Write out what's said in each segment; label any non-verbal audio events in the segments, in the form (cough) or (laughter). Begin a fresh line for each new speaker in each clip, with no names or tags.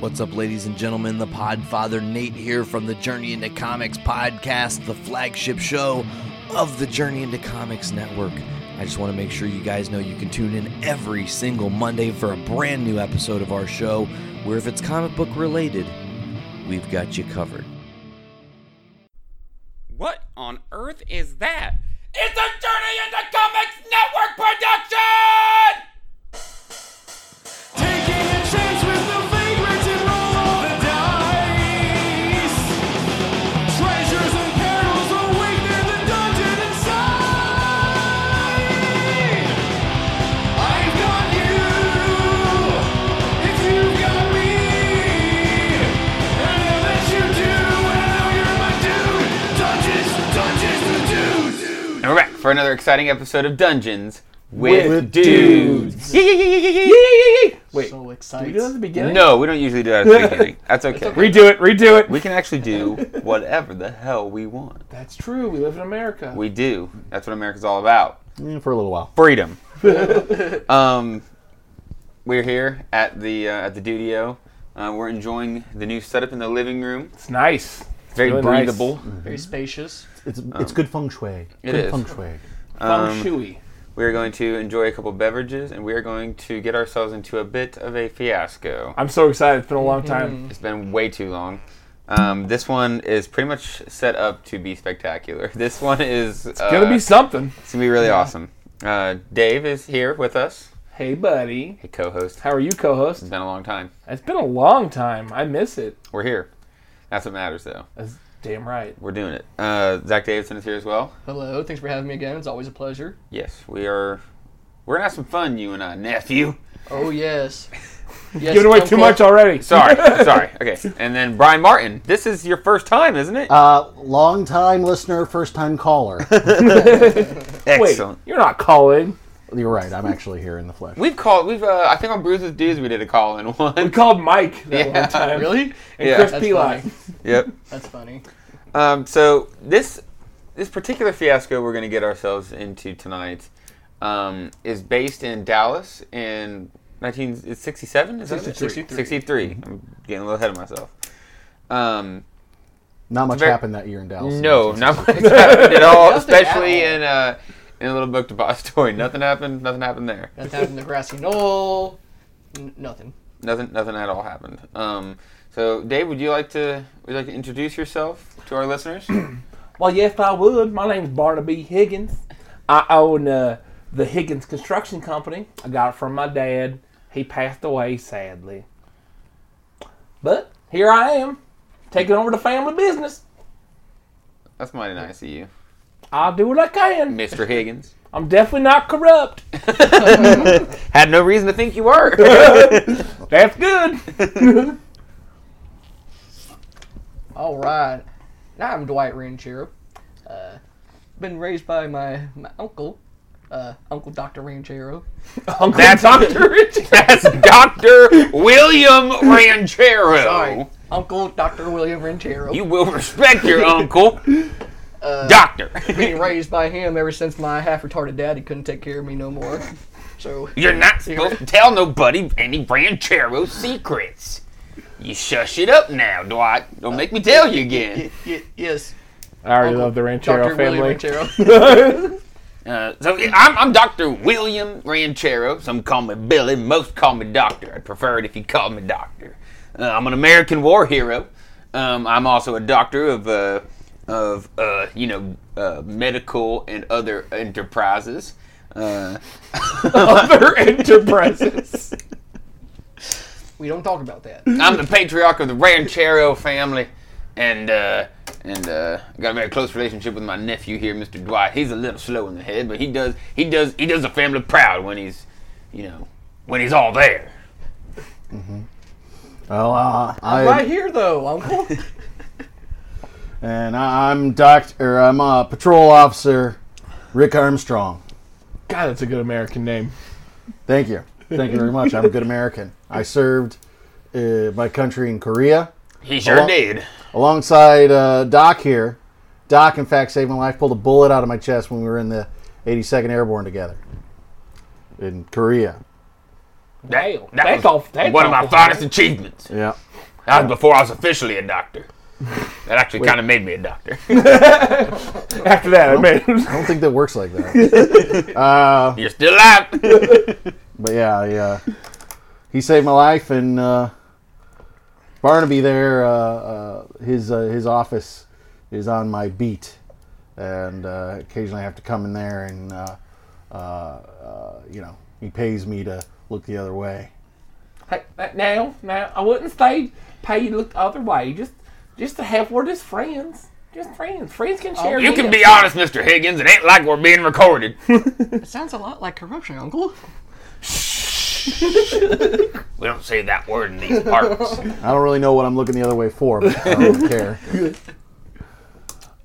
What's up, ladies and gentlemen? The Podfather Nate here from the Journey into Comics podcast, the flagship show of the Journey into Comics Network. I just want to make sure you guys know you can tune in every single Monday for a brand new episode of our show, where if it's comic book related, we've got you covered.
What on earth is that? It's a Journey into Comics Network production!
Taking a chance with the vagrants and roll all the dice. Treasures and perils await there, the dungeon inside. I've got you, if you've got me. And I'll let you do, and I know you're my dude. Dungeons, dungeons, the dudes.
And we're back for another exciting episode of Dungeons with,
With
Dudes.
Dudes.
Yee, yee, yee, yee, yee, yee, yee, yee. Wait,
so excited. Do we do that at the beginning?
no, we don't usually do that at the beginning. That's okay.
Redo it. Redo it.
We can actually do whatever the hell we want.
That's true. We live in America.
We do. That's what America's all about.
for a little while.
freedom. um, we're here at the uh, at the studio. Uh, we're enjoying the new setup in the living room.
It's nice.
It's very
really nice.
breathable.
Very spacious.
It's
Um,
it's good feng shui.
it
good
is.
feng shui.
Feng shui.
We are going to enjoy a couple beverages, and we are going to get ourselves into a bit of a fiasco.
I'm so excited. It's been a long time.
It's been way too long. Um, this one is pretty much set up to be spectacular. (laughs) This one is it's
Gonna be something.
it's gonna be really awesome. Uh, Dave is here with us,
Hey, buddy.
a co-host.
How are you, co-host?
It's been a long time.
It's been a long time. I miss it.
We're here. That's what matters, though.
That's damn right.
We're doing it. Uh, Zach Davidson is here as well.
Hello, thanks for having me again. It's always a pleasure.
Yes, we are. We're gonna have some fun, you and I, nephew.
(laughs)
Oh yes. yes
Giving away
uncle.
too much already. (laughs)
Sorry, sorry. Okay, and then Brian Martin. This is your first time, isn't it?
Uh, long time listener, first time caller. (laughs)
Wait,
Excellent.
you're not calling.
You're right. I'm actually here in the flesh.
We've called. We've. Uh, I think on Bruises Dudes we did a call in (laughs)
We
one.
called Mike that
Yeah,
one time.
Really?
And
Yeah.
Chris
That's
Peli.
funny.
yep.
That's funny.
Um, so this this particular fiasco we're gonna get ourselves into tonight um, is based in Dallas in 1967. Is that it?
63.
63. I'm getting a little ahead of myself. Um,
Not much
very-
happened that year in Dallas.
No, (laughs) not much happened at all.
Nothing at
especially
all.
in uh, in a little book to Boss (laughs) story. Nothing happened. Nothing happened there.
Nothing happened to grassy knoll. N- nothing.
Nothing. Nothing at all happened. Um, so, Dave, would you like to would you like to introduce yourself to our listeners?
Well, yes, I would. My name's Barnaby Higgins. I own uh, the Higgins Construction Company. I got it from my dad. He passed away, sadly. But here I am, taking over the family business.
That's mighty nice of you,
I'll do what I can.
(laughs) Mr. Higgins.
I'm definitely not corrupt.
Had no reason to think you were.
That's good. (laughs)
All right. Now I'm Dwight Ranchero. Uh, been raised by my, my uncle, uh, Uncle Dr. Ranchero.
(laughs)
(laughs)
Uncle
(laughs) That's-
Dr. Richard.
That's Doctor William Ranchero.
Sorry. Uncle Dr. William Ranchero.
You will respect your (laughs) uncle, Doctor. (laughs)
Been raised by him ever since my half-retarded daddy couldn't take care of me no more. So
You're not supposed to tell nobody any Ranchero secrets. You shush it up now, Dwight. Don't make me tell you again.
(laughs) y- yes,
I already
Uncle
love the Ranchero
Dr. William
family. (laughs)
Ranchero.
Uh, so yeah, I'm, I'm Dr. William Ranchero. Some call me Billy. Most call me Doctor. I'd prefer it if you called me Doctor. Uh, I'm an American war hero. Um, I'm also a doctor of uh, of uh, you know uh, medical and other enterprises. Uh, (laughs)
Other enterprises.
we don't talk about that.
I'm the patriarch of the Ranchero family, and uh, and uh, got a very close relationship with my nephew here, Mr. Dwight. He's a little slow in the head, but he does he does he does the family proud when he's, you know, when he's all there.
Well, uh, I
Right here, though, (laughs) Uncle.
and I- I'm doctor. I'm a patrol officer, Rick Armstrong.
God, that's a good American name.
Thank you. Thank you very much. I'm a good American. I served uh, my country in Korea.
He sure
Well-
did.
alongside uh, Doc here. Doc, in fact, saved my life. Pulled a bullet out of my chest when we were in the 82nd Airborne together in Korea.
Wow.
That
that's
was
off. That's
One of my
awful.
finest achievements.
Yeah,
That was before I was officially a doctor. That actually kind of made me a doctor.
(laughs)
(laughs)
After that, I mean, (laughs)
I don't think that works
(laughs)
like that.
You're still alive.
but yeah, yeah. He saved my life, and uh, Barnaby there, uh, uh, his uh, his office is on my beat, and uh, occasionally I have to come in there, and uh, uh, uh, you know, he pays me to look the other way.
Hey, that- now, now, I wouldn't say pay you to look the other way. Just, just to have we're just friends. Just friends. Friends can share.
You can
gifts.
be honest, Mr. Higgins. It ain't like we're being recorded.
It sounds a lot like corruption, Uncle.
We don't say that word in these parts.
I don't really know what I'm looking the other way for, but
(laughs)
I don't care.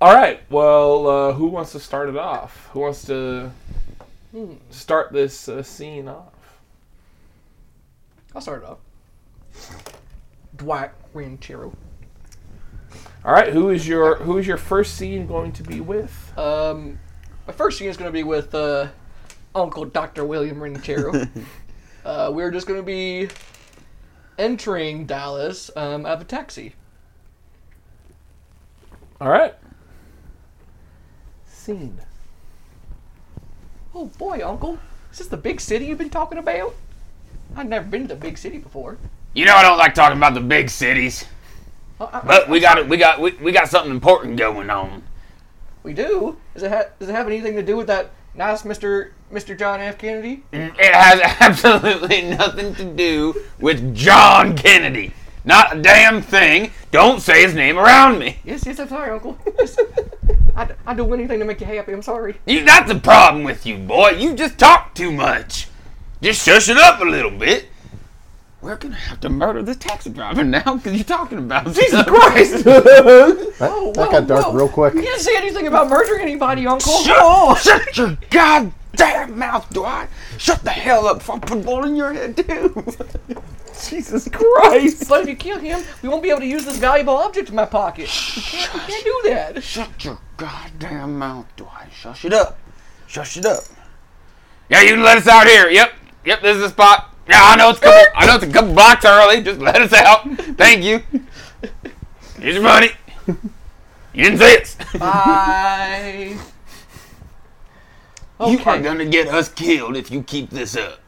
All right. Well, uh, who wants to start it off? Who wants to start this uh, scene off?
I'll start it off. Dwight Ranchero.
All right. Who is your Who is your first scene going to be with?
Uh,
Um, my first scene is going to be with uh, Uncle Dr. William (laughs) Ranchero. uh, we're just going to be entering Dallas um, out of a taxi.
All right. Scene.
Oh boy, Uncle, is this the big city you've been talking about? I've never been to the big city before.
You know I don't like talking about the big cities,
Oh, I-
but we got we got we, we got something important going on.
we do. Does it, ha- does it have anything to do with that nice Mr. Mr. John F. Kennedy?
It has (laughs) absolutely nothing to do with John Kennedy. Not a damn thing. Don't say his name around me.
Yes, yes, I'm sorry, (laughs) Uncle. Yes. I'd, I'd do anything to make you happy. I'm sorry.
You that's the problem with you, boy. You just talk too much. Just shush it up a little bit. We're gonna have to murder this taxi driver (laughs) now because you're talking about Jesus Christ.
Oh,
That got dark real
You
quick.
didn't say anything about murdering anybody, Uncle.
Shut, shut your goddamn mouth, Dwight. Shut the hell up before I put a bullet in your head, too.
Jesus Christ.
But if you kill him, we won't be able to use this valuable object in my pocket. You can't, you can't do that.
Shut your goddamn mouth, Dwight. Shush it up. Shush it up. Yeah, you let us out here. Yep. Yep, this is the spot. Yeah, I know it's a couple, I know it's a couple blocks early. Just let us out. Thank you. Here's your money. You didn't say it.
Bye.
You are
Okay.
gonna get us killed if you keep this up.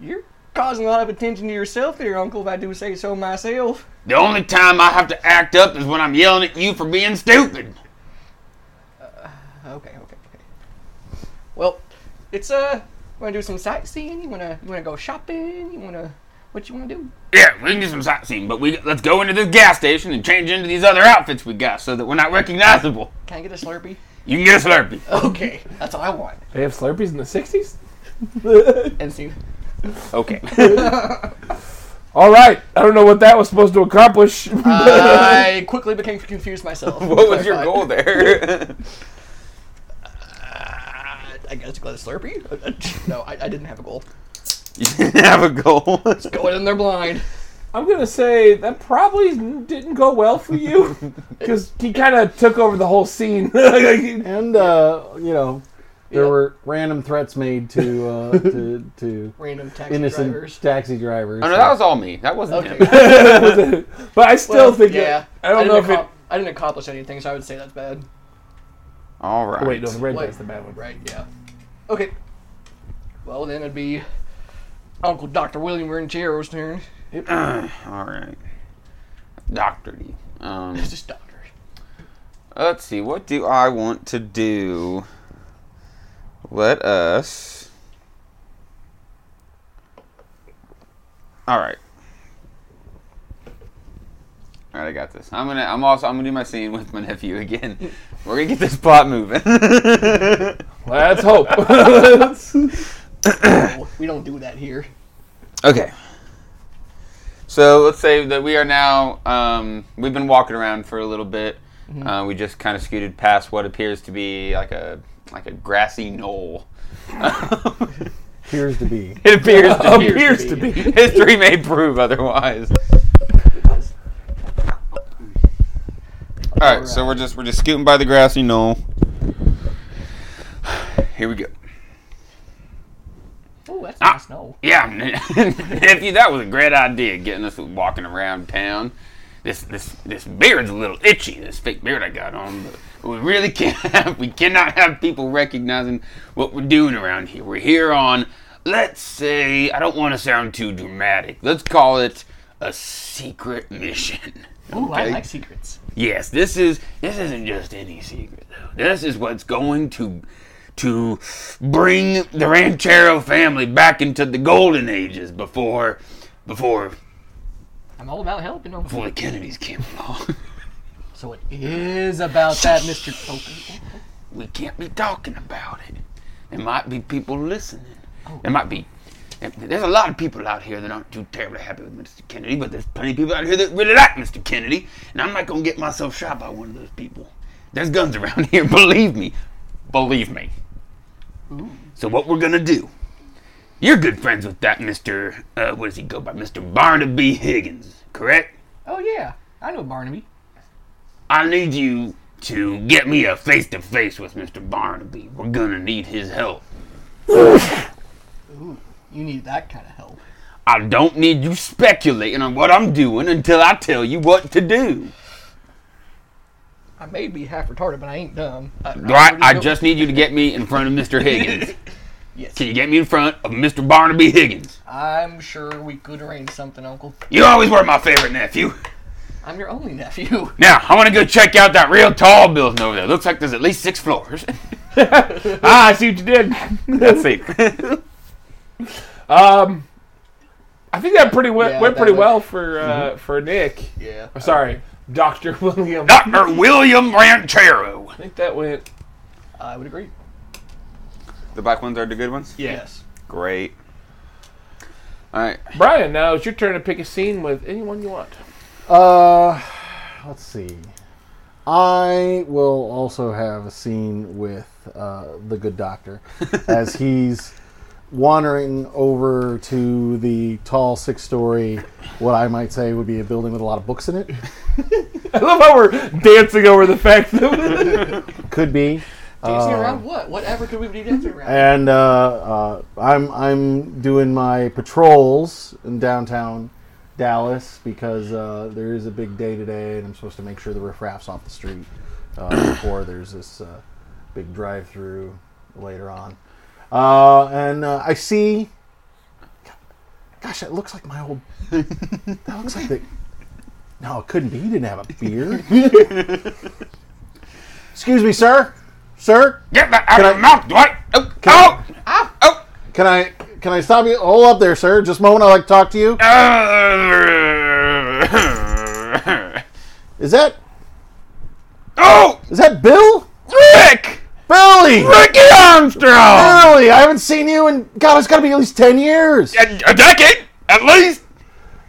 You're causing a lot of attention to yourself there, Uncle, if I do say so myself.
The only time I have to act up is when I'm yelling at you for being stupid.
Okay, okay, okay. Well, it's, uh, you wanna do some sightseeing? You wanna, you wanna go shopping? You wanna, what you wanna do?
Yeah, we can do some sightseeing, but we let's go into this gas station and change into these other outfits we got so that we're not recognizable.
Can I get a Slurpee?
You can get a Slurpee.
Okay, that's all I want.
They have Slurpees in the '60s.
End scene.
Okay.
All right. I don't know what that was supposed to accomplish.
Uh, I quickly became confused myself.
(laughs) What was your
Clarified.
goal there? (laughs)
I, "Ah, I guess go to Slurpee? no, I, I didn't have a goal.
you didn't have a goal.
Going in there blind.
(laughs) I'm gonna say that probably didn't go well for you
(laughs)
because he kind of took over the whole scene. (laughs)
And uh, you know, there
Yeah.
were random threats made to uh, to, to
(laughs) Random taxi
innocent
drivers.
taxi drivers.
Oh no, that was all me. That wasn't
Okay.
him. (laughs)
but I still
Well,
think it-
yeah.
I don't
didn't
know if it.
accom- I didn't accomplish anything, so I would say that's bad.
All right.
Wait, no, the red
Wait.
light's the bad one.
Right? Yeah. Okay. Well, then it'd be Uncle Doctor William Ranchero's turn.
All right. Doctor D. Um,
It's just Doctor.
let's see. What do I want to do? Let us. All right. All right, I got this. I'm gonna. I'm also. I'm gonna do my scene with my nephew again. We're gonna get this plot moving. (laughs)
Let's hope. (laughs)
No, we don't do that here.
Okay. So let's say that we are now. Um, we've been walking around for a little bit. Uh, we just kind of scooted past what appears to be like a like a grassy knoll.
appears
(laughs)
to be.
It appears to be.
Appears to
(laughs)
be.
History may prove otherwise. All right, so we're just we're just scooting by the grassy knoll. Here we go.
Oh, that's
Ah.
nice. No.
Yeah, (laughs) nephew, that was a great idea. Getting us walking around town. This this this beard's a little itchy. This fake beard I got on. But we really (laughs) can't. Have, we cannot have people recognizing what we're doing around here. We're here on. Let's say I don't want to sound too dramatic. Let's call it a secret mission.
Ooh, I
Okay?
like secrets.
Yes, this is this isn't just any secret though. This is what's going to to bring the Ranchero family back into the golden ages before before
I'm all about helping them.
before the Kennedys came along. (laughs)
So it is about that, Mr. Open.
we can't be talking about it. There might be people listening. There might be. There's a lot of people out here that aren't too terribly happy with Mr. Kennedy, but there's plenty of people out here that really like Mr. Kennedy, and I'm not gonna get myself shot by one of those people. There's guns around (laughs) here, believe me. Believe me. So what we're gonna do? You're good friends with that Mr. Uh, what does he go by? Mr. Barnaby Higgins, correct?
Oh yeah, I know Barnaby.
I need you to get me a face to face with Mr. Barnaby. We're gonna need his help.
You need that kind of help.
I don't need you speculating on what I'm doing until I tell you what to do.
I may be half retarded, but I ain't dumb. I, I
Right?
already
I
know-
just need you to get me in front of Mr. Higgins.
Yes.
Can you get me in front of Mr. Barnaby Higgins?
I'm sure we could arrange something, Uncle.
You always were my favorite nephew.
I'm your only nephew.
(laughs) Now, I want to go check out that real tall building over there. Looks like there's at least six floors.
Ah, I see what you did.
(laughs) That's (laughs) it.
Um, I think that pretty well
Yeah,
went
that
pretty
was- Mm-hmm.
well for uh, for Nick.
Yeah. Ah!
Or sorry, Doctor (laughs) William.
Dr. William Ranchero.
I think that went.
I would agree.
The black ones are the good ones?
Yes.
Great. All right.
Brian, now it's your turn to pick a scene with anyone you want.
Uh, let's see. I will also have a scene with uh, the good doctor as he's wandering over to the tall six story, what I might say would be a building with a lot of books in it.
(laughs) I love how we're dancing over the fact that
Could be.
Dancing
Um,
around what? Whatever could we be dancing around?
And uh, uh, I'm, I'm doing my patrols in downtown Dallas because uh, there is a big day today and I'm supposed to make sure the riffraff's off the street uh, (coughs) before there's this uh, big drive through later on. Uh, and uh, I see. Gosh, that looks like my old. That looks like the. No, it couldn't be. He didn't have a beard. Excuse me, sir. Sir,
Get that out of your
I-
mouth, Dwight. Oh,
I-
oh, oh.
Can I can I stop you? Hold up there, sir. Just a moment. I'd like to talk to you.
(laughs) Uh,
Is that
oh,
is that Bill?
Rick!
Billy!
Ricky Armstrong!
Billy! I haven't seen you in God. It's got to be at least ten years.
A, a decade, at least.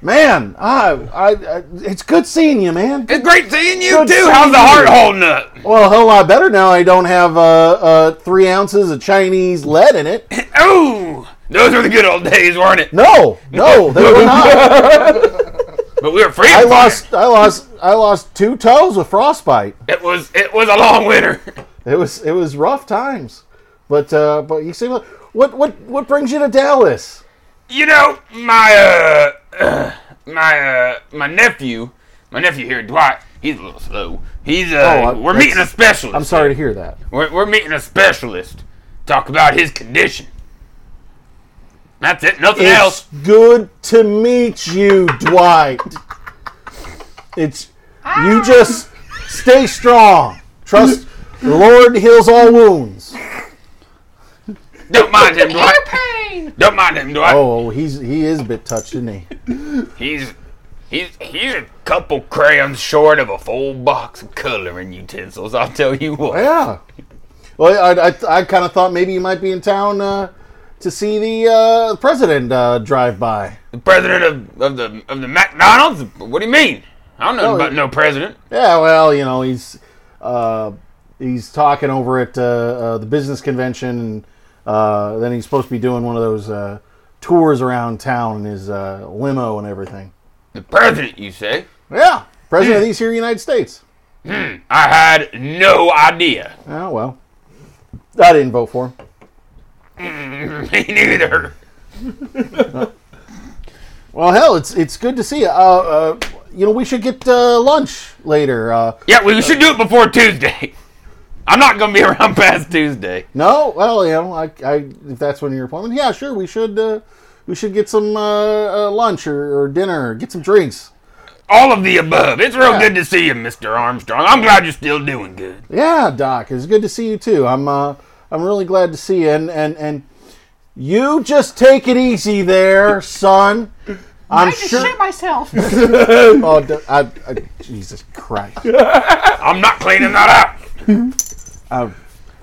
Man, I, I, I it's good seeing you, man.
It's great seeing you
Good
too. How's the
seeing
heart
you.
holding up?
Well, a whole lot better now. I don't have uh, uh, three ounces of Chinese lead in it.
Oh, those were the good old days, weren't it?
No, no, they were not.
But we were free.
I lost, I lost, I lost two toes with frostbite.
It was it was a long winter. (laughs)
It was, it was rough times. But, uh, but you see, what, what, what brings you to Dallas?
You know, my uh, my uh, my nephew, my nephew here, Dwight. He's a little slow. He's uh,
Oh, I-
we're meeting a
that's-
specialist.
I'm sorry to hear that.
We're, we're meeting a specialist. Talk about his condition. That's it. Nothing
It's
else.
good to meet you, Dwight. It's you just stay strong. Trust the Lord heals all wounds.
Don't mind him, Dwight.
Pain.
Don't mind him, Dwight.
Oh, he's he is a bit touched, isn't he?
He's he's he's a couple crayons short of a full box of coloring utensils. I'll tell you what.
Yeah. Well, I I, I kind of thought maybe you might be in town uh, to see the uh, president uh, drive by.
The president of, of the of the McDonald's. What do you mean? I don't know
Oh,
about
he-
no president.
Yeah, well, you know he's uh, he's talking over at uh, uh, the business convention, and uh, then he's supposed to be doing one of those uh, tours around town in his uh, limo and everything.
The president, you say?
Yeah, president of these here United States.
I had no idea. (laughs)
Oh well, I didn't vote for him.
Me neither.
Well, hell, it's it's good to see you. Uh, uh, you know, we should get uh, lunch later. Uh,
Yeah, we should do it before Tuesday. (laughs) I'm not gonna be around past Tuesday.
no, well, you know, I, I if that's when your appointment, yeah, sure, we should uh, we should get some uh, uh, lunch or, or dinner, or get some drinks.
All of the above. It's real good to see you, Mr. Armstrong. I'm glad you're still doing good.
Yeah, Doc, it's good to see you too. I'm uh, I'm really glad to see you, and and and you just take it easy there, son. I'm sure.
myself.
(laughs) Oh, d- I, I, Jesus Christ!
I'm not cleaning that
Uh,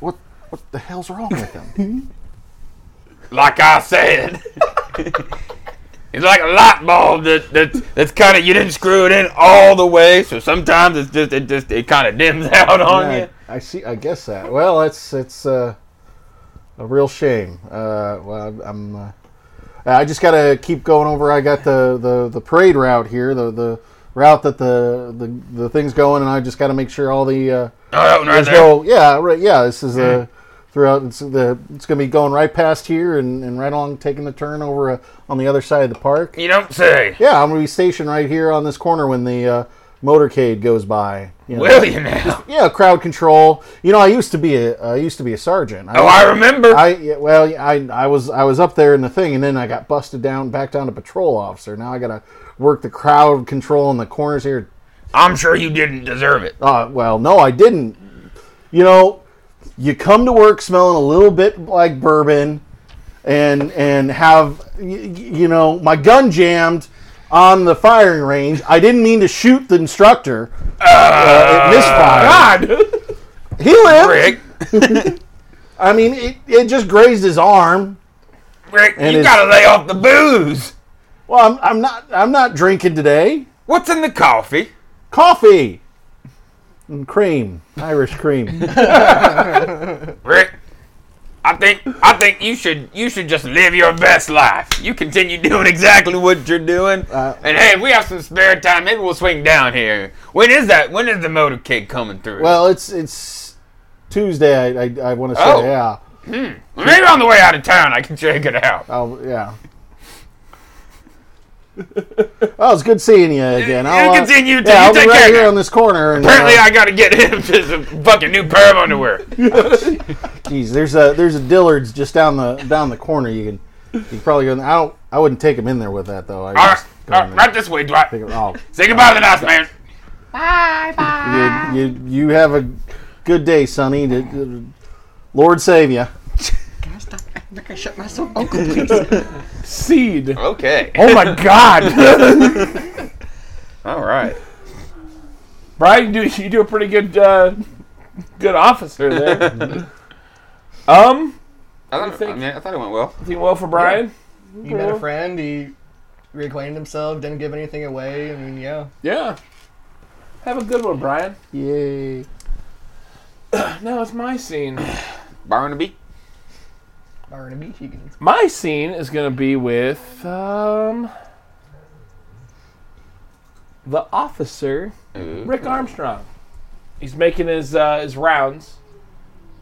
what what the hell's wrong with him?
up. Like I
(laughs)
said. It's like a light bulb that, that that's kind of you didn't screw it in all the way, so sometimes it's just it just it kind of dims (laughs) out on
Yeah,
you.
I, I see. I guess that. Well, it's it's uh, a real shame. Uh, well, I'm. Uh, I just gotta keep going over. I got the, the, the parade route here, the the route that the, the the thing's going, and I just gotta make sure all the uh,
Oh, that one right
there's
there. Mm-hmm.
no yeah right yeah this is uh throughout it's the it's gonna be going right past here and, and right along taking the turn over uh, on the other side of the park.
You don't say.
Yeah, I'm gonna be stationed right here on this corner when the uh, motorcade goes by. you know.
Will you now?
Yeah, crowd control. You know, I used to be a I used to be a sergeant.
Oh, I remember.
I yeah, well, yeah, I I was I was up there in the thing, and then I got busted down back down to patrol officer. Now I gotta work the crowd control in the corners here.
I'm sure you didn't deserve it.
Uh, well, no, I didn't. You know, you come to work smelling a little bit like bourbon, and and have y- y- you know my gun jammed on the firing range. I didn't mean to shoot the instructor. Uh, it misfired.
God,
He lived.
Ah, Rick.
I mean, it, it just grazed his arm.
Rick,
And
you
it's-
gotta lay off the booze.
Well, I'm, I'm not I'm not drinking today.
What's in the coffee?
Coffee and cream, Irish
(laughs)
cream.
Rick, I think I think you should you should just live your best life. You continue (laughs) doing exactly what you're doing.
Uh,
and hey, if we have some spare time, maybe we'll swing down here. When is that? When is the motorcade coming through?
well, it's it's Tuesday. I I, I want to say
Oh.
yeah.
maybe on the way out of town, I can check it out.
I'll, yeah. well, it's good seeing you again.
You
I'll, uh,
continue to-
yeah,
you
I'll
take
be
care
right here
now.
on this corner. And,
Apparently,
uh,
I gotta get him to some fucking new pair of
(laughs)
underwear.
Geez, there's a there's a Dillard's just down the down the corner. You can you can probably go. in- I don't. I wouldn't take him in there with that though. I
All right,
just go
all
in
right,
there.
right this way, Dwight.
Take it- oh.
Say goodbye to the nice man.
You, you, you have a good day, Sonny. D- d- Lord save you.
Stop. I'm not gonna shut myself. Uncle, please. (laughs)
Seed.
Okay.
Oh my God,
All right.
Brian, you do, you do a pretty good, uh, good officer there. um,
I thought,
think?
I, mean, I thought it went well.
you well for Brian.
You met a friend. He reacquainted himself. Didn't give anything away. I mean, yeah.
Yeah. Have a good one, Brian.
Yay.
Now it's my scene.
Barnaby.
Barnaby Higgins.
My scene is going to be with um, the officer, Rick Armstrong. He's making his uh, his rounds,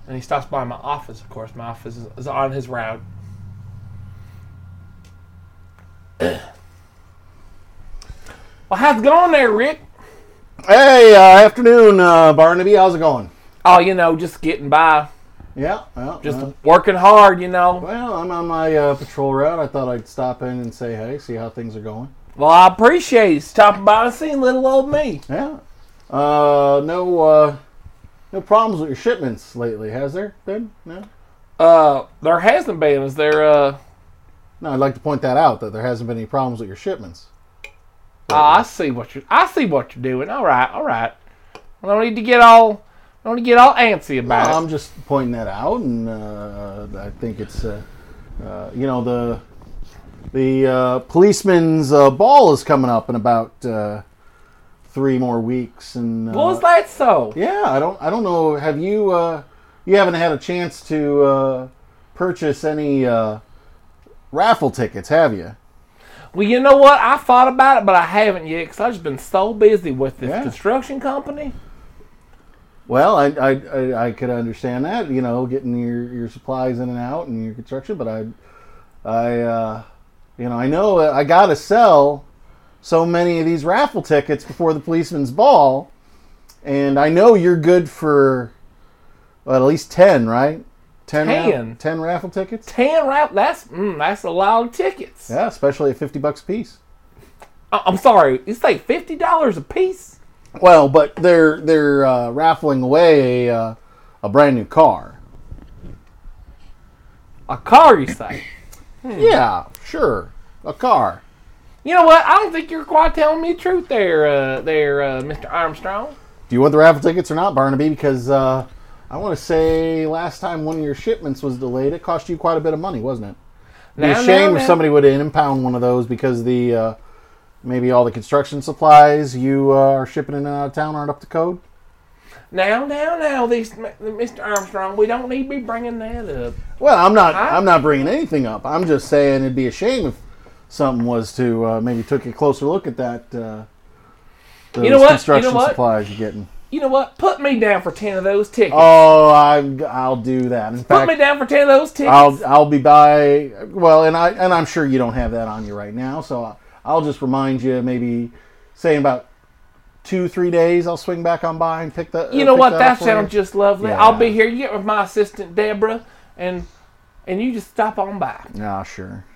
and he stops by my office. Of course, my office is, is on his round. (clears throat) well, how's it going there, Rick?
Hey, uh, afternoon, uh, Barnaby. How's it going?
Oh, you know, just getting by,
Yeah. Well,
just
uh,
working hard. You know.
well I'm on my uh, patrol route. I thought I'd stop in and say hey, see how things are going.
Well, I appreciate you stopping by and seeing little old me.
Yeah. Uh, no, uh, no problems with your shipments lately, has there been? No.
Uh, there hasn't been. Is there? Uh,
No, I'd like to point that out that there hasn't been any problems with your shipments.
oh, I see what you. I see what you're doing. All right, all right. I don't need to get all. I don't need to get all antsy about
Well,
it.
I'm just pointing that out, and uh, I think it's, uh, uh, you know, the the uh, policeman's uh, ball is coming up in about uh, three more weeks, and uh,
What was that so?
yeah, I don't, I don't know. Have you, uh, you haven't had a chance to uh, purchase any uh, raffle tickets, have you?
Well, you know what? I thought about it, but I haven't yet because I've just been so busy with this
Yeah.
construction company.
Well, I, I, I, I could understand that, you know, getting your, your supplies in and out and your construction, but I, I, uh, you know, I know I got to sell so many of these raffle tickets before the policeman's ball, and I know you're good for well, at least ten, right? Ten, ra-
Ten.
ten raffle tickets.
Ten rap. That's mm, that's a lot of tickets.
Yeah, especially at fifty bucks a piece.
I- I'm sorry. It's like fifty dollars a piece.
Well, but they're they're uh, raffling away a uh, a brand new car.
A car, you say?
Yeah, sure, a car.
you know what? I don't think you're quite telling me the truth there, uh, there, uh, Mr. Armstrong.
Do you want the raffle tickets or not, Barnaby? Because uh, I want to say last time one of your shipments was delayed, it cost you quite a bit of money, wasn't it? It'd be
Now,
a shame
now,
if
now.
somebody would impound one of those because the uh, maybe all the construction supplies you uh, are shipping in and out of town aren't up to code.
Now, now, now, these, Mr. Armstrong, we don't need to be bringing that up.
Well, I'm not.
I-
I'm not bringing anything up. I'm just saying it'd be a shame if something was to uh, maybe took a closer look at that. Uh, those
You know what? You know
construction
what?
supplies you're getting.
You know what? Put me down for ten of those tickets.
Oh, I'm, I'll do that. In
Put
fact,
me down for ten of those tickets.
I'll I'll be by. Well, and I and I'm sure you don't have that on you right now, so I- I'll just remind you maybe say in about two three days I'll swing back on by and pick the. uh,
you know
pick
what?
That,
That
up for you.
sounds just lovely.
Yeah.
I'll be here. You get with my assistant Deborah, and and you just stop on by.
Yeah, sure.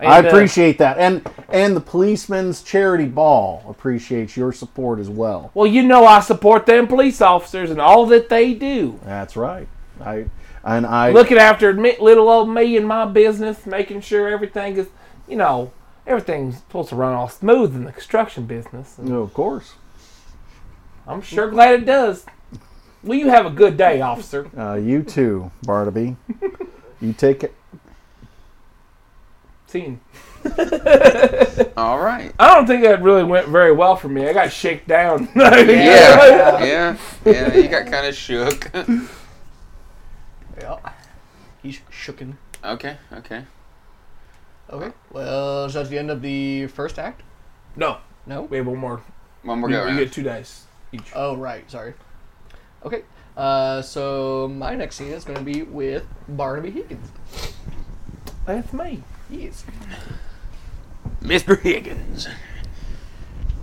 And,
I
uh,
appreciate that, and and the policeman's charity ball appreciates your support as well.
well, you know I support them police officers and all that they do.
That's right. I and I
Looking after me- little old me and my business, making sure everything is, you know, everything's supposed to run all smooth in the construction business. And
oh, Of course,
I'm sure glad it does. Well, you have a good day, officer.
uh, you too, Barnaby. you take it.
See you.
All right.
I don't think that really went very well for me. I got shaken down. (laughs)
(laughs) Yeah. Yeah. Yeah. You got kind of shook. (laughs)
Yeah. He's shooken.
okay. Okay.
Okay. Well, so that's the end of the first act.
No,
No.
we have one more.
One more
You,
go
you
around.
get two dice each.
Oh right. Sorry. Okay. Uh, so my next scene is going to be with Barnaby Higgins.
That's me.
Yes.
Mr. Higgins.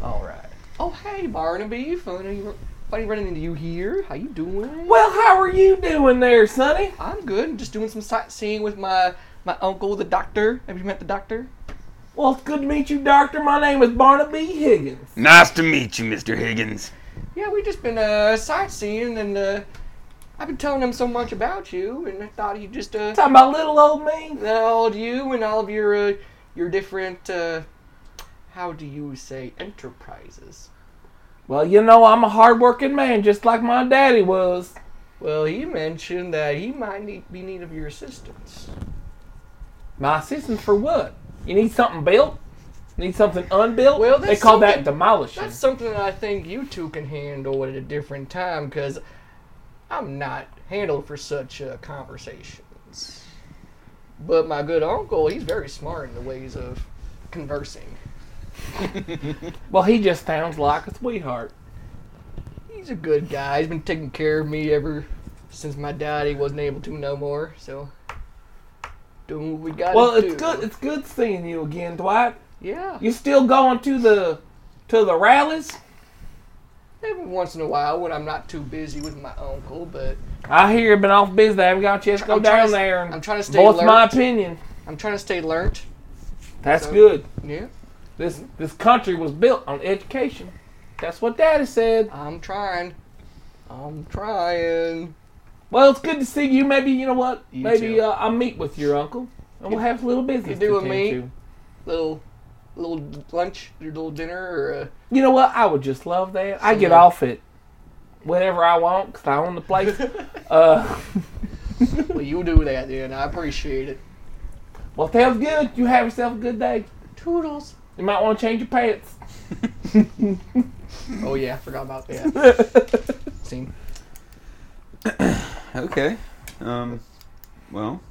All right. Oh hey Barnaby, funny, funny running into you here. How you doing?
Well, how are you doing there, Sonny?
I'm good. just doing some sightseeing with my my uncle, the doctor. Have you met the doctor?
Well, it's good to meet you, Doctor. My name is Barnaby Higgins.
Nice to meet you, Mr. Higgins.
Yeah, we just been uh, sightseeing, and uh, I've been telling him so much about you, and I thought he'd just uh,
Talking about little old me.
all you and all of your uh, your different uh, how do you say enterprises.
Well, you know, I'm a hard-working man, just like my daddy was.
Well, he mentioned that he might need, be in need of your assistance.
My assistance for what? You need something built? Need something unbuilt?
Well,
they
that's
call that
something-
demolishing.
That's something that I think you two can handle at a different time, because I'm not handled for such uh, conversations. But my good uncle, he's very smart in the ways of conversing.
Well, he just sounds like a sweetheart.
He's a good guy. He's been taking care of me ever since my daddy wasn't able to no more. So, doing what we got
Well,
to do.
it's good. It's good seeing you again, Dwight.
Yeah.
You still going to the to the rallies?
Every once in a while when I'm not too busy with my uncle, but
I hear you've been off busy. I haven't got a chance to go
I'm trying
down
to-
there and
I'm trying to stay
voice
alert.
my opinion.
I'm trying to stay learnt.
That's
So-
good.
Yeah.
This this country was built on education. That's what Daddy said.
I'm trying. I'm trying.
Well, it's good to see you. Maybe you know what?
You
Maybe
too.
uh, I'll meet with your uncle, and we'll have a little business.
you
to
doing
attend
me?
to.
Little, little lunch, your little dinner, or uh,
You know what? I would just love that. I get
Yeah.
off it whenever I want because I own the place.
(laughs)
uh,
well, you do that then. I appreciate it.
well, sounds good. You have yourself a good day.
Toodles.
You might want to change your pants.
Oh yeah, I forgot about that. Scene.
Okay. Um. Well.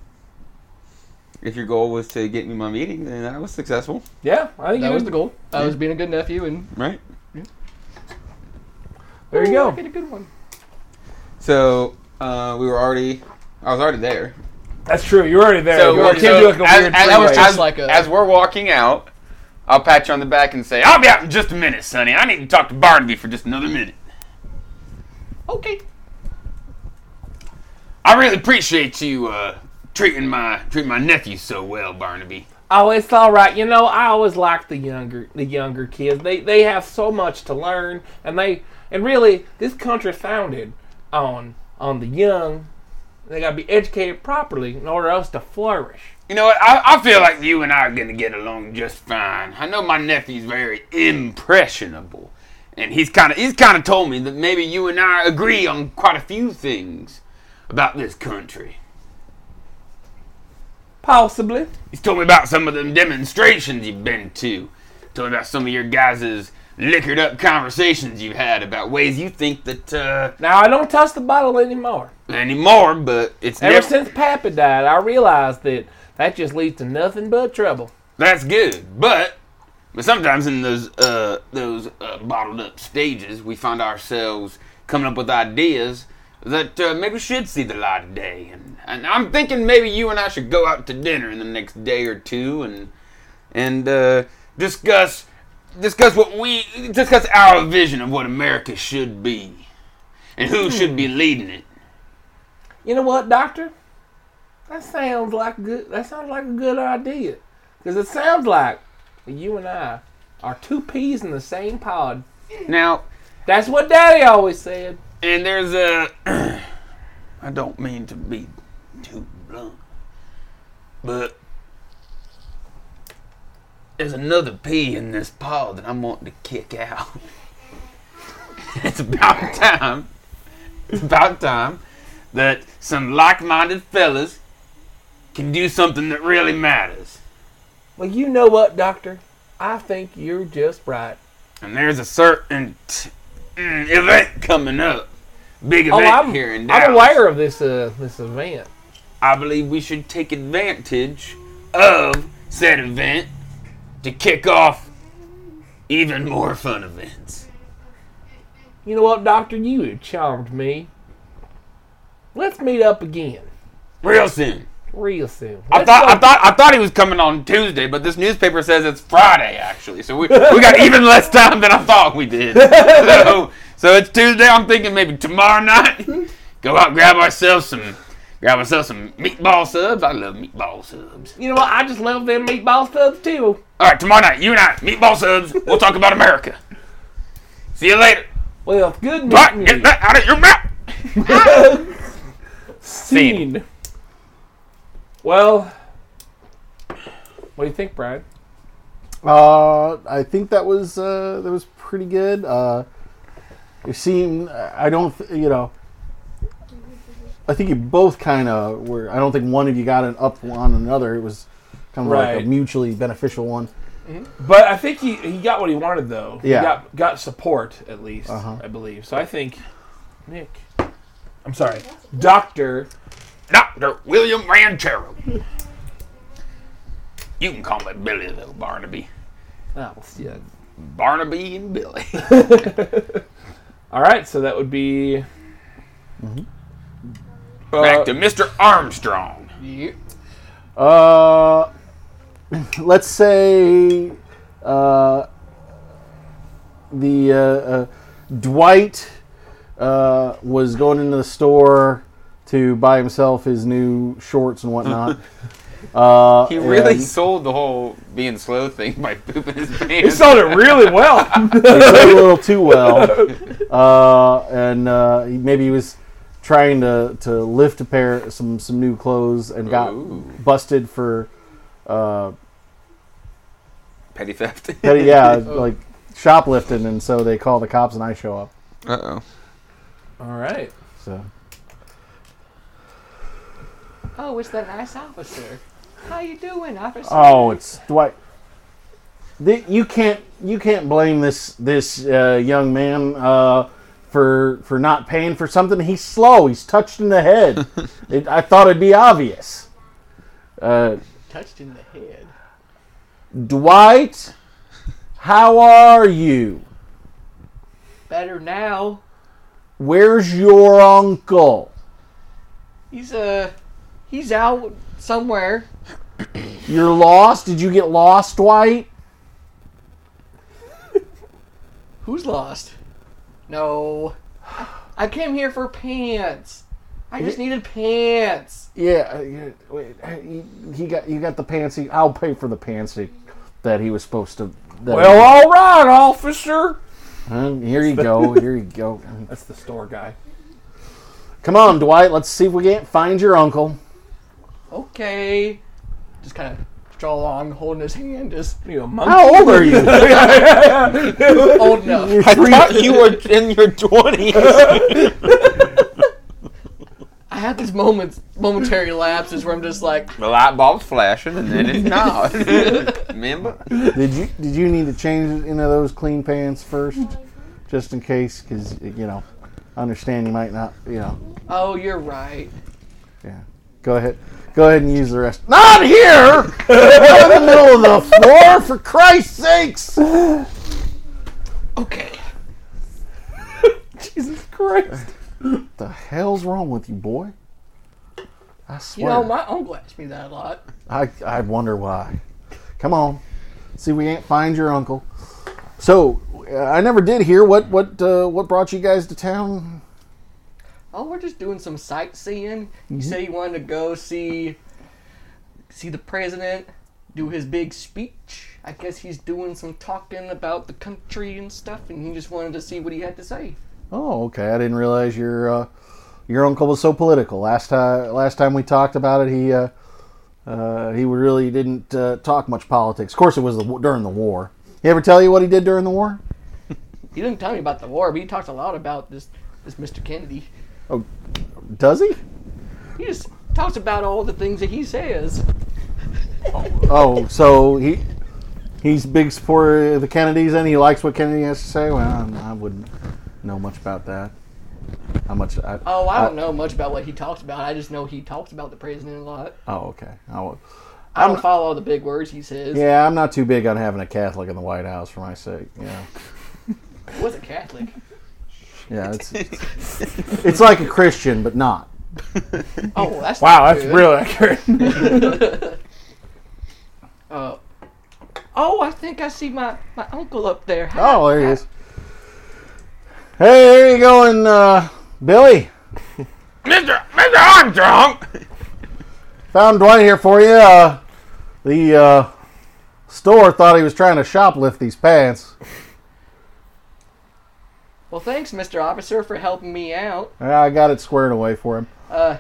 If your goal was to get me my meeting, then that was successful,
Yeah, I think
That
you
was
did-
the goal. I was being a good nephew, and
right?
There you
Ooh,
go.
I get a good one.
So uh, we were already. I was already there.
That's true. You're already there.
So,
you already
so
do like a
as,
weird
as,
freeway.
as,
Just like a-
as we're walking out, I'll pat you on the back and say, "I'll be out in just a minute, Sonny. I need to talk to Barnaby for just another minute."
Okay.
I really appreciate you uh, treating my treating my nephew so well, Barnaby.
Oh, it's all right. You know, I always like the younger the younger kids. They they have so much to learn, and they and really this country founded on on the young. They gotta be educated properly in order else to flourish.
You know what? I, I feel like you and I are gonna get along just fine. I know my nephew's very impressionable, and he's kind of he's kind of told me that maybe you and I agree on quite a few things about this country.
Possibly.
He's told me about some of them demonstrations you've been to. Told me about some of your guys' liquored up conversations you've had about ways you think that uh,
Now I don't touch the bottle anymore.
anymore, but it's
Ever
never-
since Pappy died, I realized that that just leads to nothing but trouble.
That's good, but but sometimes in those uh, those uh, bottled up stages, we find ourselves coming up with ideas that uh, maybe should see the light of day. And, and I'm thinking maybe you and I should go out to dinner in the next day or two and and uh, discuss discuss what we discuss our vision of what America should be and who should be leading it.
You know what, Doctor? That sounds like good. That sounds like a good idea, because it sounds like you and I are two peas in the same pod.
Now,
That's what Daddy always said.
And there's a. (clears throat) I don't mean to be too blunt, but there's another pea in this pod that I'm wanting to kick out. (laughs) it's about time. It's about time that some like-minded fellas can do something that really matters.
Well, you know what, Doctor? I think you're just right.
And there's a certain t- mm, event coming up, big
Oh,
event
I'm,
here in Dallas.
I'm aware of this uh, this event.
I believe we should take advantage of said event to kick off even more fun events.
You know what, Doctor? You have charmed me. Let's meet up again
Real soon.
real soon.
I thought I thought I thought he was coming on Tuesday, but this newspaper says it's Friday actually. So we, we got even (laughs) less time than I thought we did. So so it's Tuesday. I'm thinking maybe tomorrow night (laughs) go out and grab ourselves some grab ourselves some meatball subs. I love meatball subs.
You know what? I just love them meatball subs too.
All right, tomorrow night you and I meatball subs. We'll talk about America. See you later.
Well, it's good
Right,
meeting
get
you.
that out of your mouth.
Scene. Well, what do you think, Brian?
Uh, I think that was uh, that was pretty good. Uh, it seemed I don't th- you know. I think you both kind of were. I don't think one of you got an up on another. It was kind of like
Right.
a mutually beneficial one.
But I think he, he got what he wanted though.
Yeah.
He got got support at least,
Uh-huh.
I believe. So I think Nick I'm sorry. Doctor
Dr. William Ranchero. You can call me Billy, though, Barnaby.
Ah,
Oh yeah.
Barnaby and Billy.
Alright, so that would be Uh,
Mm-hmm. Back
(laughs)
to Mr. Armstrong.
Yeah.
Uh, (laughs) let's say uh, the uh, uh, Dwight uh, was going into the store to buy himself his new shorts and whatnot. uh,
He really
and-
sold the whole being slow thing by pooping his
he
pants.
sold it
(laughs)
really well.
He played a little too well, uh, and uh, he- maybe he was trying to, to lift a pair some some new clothes and got
Ooh.
busted for uh,
Petty theft.
petty- yeah like shoplifting, and so they call the cops and I show up.
Uh-oh.
Alright.
So
Oh, it's that nice officer. How you doing, officer?
oh, it's Dwight. The, you can't you can't blame this this uh, young man uh, for for not paying for something. He's slow. He's touched in the head. it, I thought it'd be obvious. Uh,
Touched in the head.
Dwight, how are you?
Better now.
Where's your uncle?
He's uh He's out somewhere.
You're lost? Did you get lost, Dwight?
Who's lost? No. I came here for pants. I just needed pants.
Yeah, uh, yeah, wait, he, he got you got the pants. He, I'll pay for the pants he, that he was supposed to. that-
Well, all right, officer.
Huh? here you go. Here you go. (laughs)
That's the store guy.
Come on, Dwight. Let's see if we can't find your uncle.
Okay. Just kind of draw along, holding his hand, just
You a monkey?
How old are you?
old enough.
You're
(laughs) I
three-
thought you were in your twenties.
I have these moments, momentary lapses where I'm just like,
the light bulb's flashing and then it's not. Remember?
(laughs) Did you did you need to change into those clean pants first, just in case? Because you know, I understand you might not. You know,
oh, you're right.
yeah. Go ahead, go ahead and use the rest. Not here. (laughs) Not in the middle of the floor, for Christ's sakes.
Okay.
(laughs) Jesus Christ.
The hell's wrong with you, boy? I swear.
You know, my uncle asked me that a lot.
I, I wonder why. Come on, see we can't find your uncle. So uh, I never did hear what what uh, what brought you guys to town.
Oh, we're just doing some sightseeing. You say you wanted to go see see the president do his big speech. I guess he's doing some talking about the country and stuff, and you just wanted to see what he had to say.
Oh, okay. I didn't realize your uh, your uncle was so political. Last time last time we talked about it, he uh, uh, he really didn't uh, talk much politics. Of course, it was the, during the war. He ever tell you what he did during the war?
He didn't tell me about the war, but he talked a lot about this this Mr. Kennedy.
Does he?
He just talks about all the things that he says.
Oh, so he he's big supporter of the Kennedys, and he likes what Kennedy has to say. Well, I'm, I wouldn't know much about that. How much? I,
Oh, I
Uh,
don't know much about what he talks about. I just know he talks about the president a lot.
Oh, okay. I will-
I don't follow all the big words he says.
yeah, I'm not too big on having a Catholic in the White House for my sake. Yeah,
He was a Catholic. (laughs)
yeah. It's it's, it's like a Christian, but not.
(laughs)
Oh, that's
Wow,
not
that's
good.
real accurate.
Uh, oh, I think I see my, my uncle up there. Hi.
(laughs) Oh, there he is. Hey, there you going, uh, Billy?
Mr. Mr. Armstrong.
Found Dwight here for you. Uh, the uh, store thought he was trying to shoplift these pants.
Well, thanks, Mr. Officer, for helping me out.
I got it squared away for him.
Uh,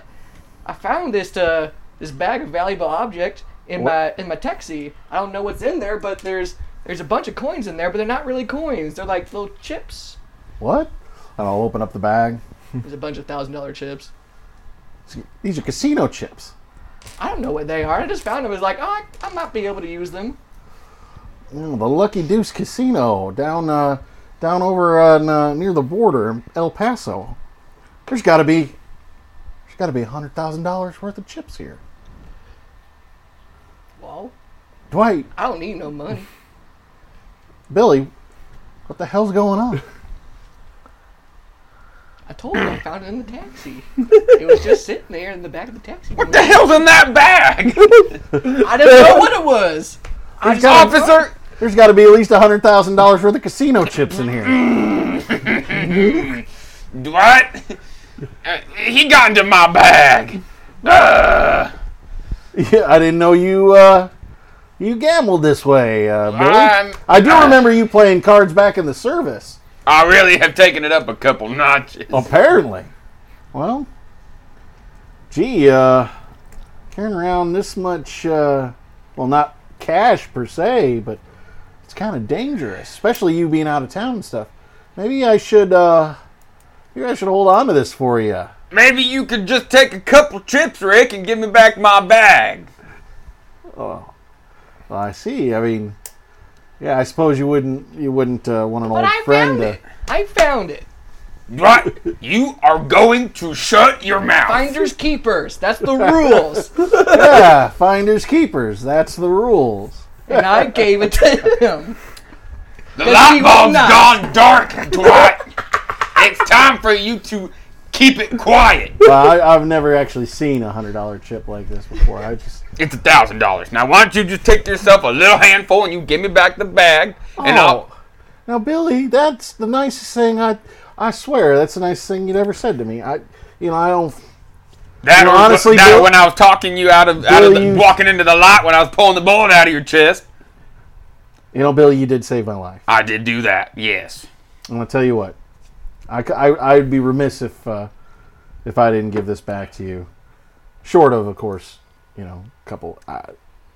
I found this uh, this bag of valuable object in my in my taxi. I don't know what's in there, but there's there's a bunch of coins in there, but they're not really coins. They're like little chips.
What? And I'll open up the bag.
There's a bunch of thousand dollar chips.
These are casino chips.
I don't know what they are. I just found them. I was like, oh, I, I might be able to use them.
Mm, the Lucky Deuce Casino down uh, down over on, uh, near the border, in El Paso. There's got to be there's got to be hundred thousand dollars worth of chips here.
Well,
Dwight,
I don't need no money.
Billy, what the hell's going on?
I told you (laughs) I found it in the taxi. It was just sitting there in the back of the taxi.
What the hell's in that bag? (laughs)
I didn't know what it was.
There's gotta-
Officer,
there's got to be at least hundred thousand dollars worth of casino chips in here.
Dwight, uh, (laughs) he got into my bag. Uh, Ugh.
yeah, (laughs) I didn't know you uh, you gambled this way, uh, Billy.
I'm-
I do remember you playing cards back in the service.
I really have taken it up a couple notches.
Oh.
Apparently. Well, gee, uh, carrying around this much, uh, well, not cash per se, but it's kind of dangerous, especially you being out of town and stuff. Maybe I should, uh, maybe I should hold on to this for you.
Maybe you could just take a couple trips, Rick, and give me back my bag.
Well, I see. I mean, yeah, I suppose you wouldn't, you wouldn't uh, want an
But
old
I
friend
found
to.
it. I found it. (laughs)
Dwight, you are going to shut your mouth.
Finders keepers. That's the rules.
Yeah, finders keepers. That's the rules.
And I gave it to him.
The
Yes,
light
he will
bulb's
not.
gone dark, Dwight. it's time for you to Keep it quiet.
Well, I, I've never actually seen a hundred dollar chip like this before. I just
It's a thousand dollars. Now why don't you just take yourself a little handful and you give me back the bag
Oh.
and I'll
Oh. now, Billy, that's the nicest thing I I swear that's the nicest thing you'd ever said to me. I you know I don't
that
know,
or
honestly,
that or
Bill-
when I was talking you out of out of
Bill,
the,
you-
walking into the lot when I was pulling the bullet out of your chest.
you know Billy, you did save my life.
I did do that. Yes.
I'm gonna tell you what. I c- I would be remiss if uh, if I didn't give this back to you. Short of, of course, you know, a couple. Uh,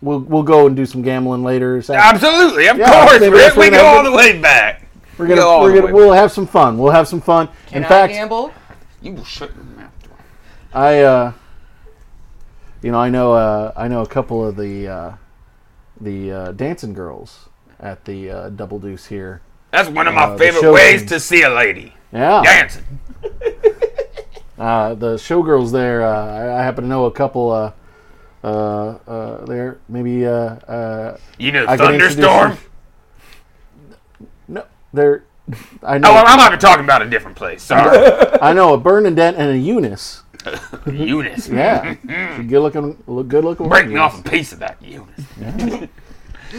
we'll we'll go and do some gambling later. Saturday.
Absolutely. Of
Yeah,
course.
maybe
Rick,
that's
we
what
go all
happened.
the way back.
we're gonna,
go all
we're
the
gonna
way.
we'll have some fun. We'll have some fun.
Can
In
I
fact,
gamble?
You will shut your mouth. Dwight.
I, uh, you know, I know, uh, I know a couple of the uh, the uh, dancing girls at the uh, Double Deuce here.
That's one of
Uh,
my
the
favorite
show
ways
thing.
to see a lady.
Yeah,
Dancing.
uh, the showgirls there. Uh, I, I happen to know a couple. Uh, uh, uh, there maybe. Uh, uh,
You know,
I can introduce
thunderstorm.
you- No, there. (laughs) I know.
Oh, I'm not even talking about a different place.
(laughs)
Sorry.
I know a Bernadette and a Eunice.
Eunice. (laughs)
Yeah, She's good looking, look good looking.
Break me
Eunice.
off a piece of that, Eunice.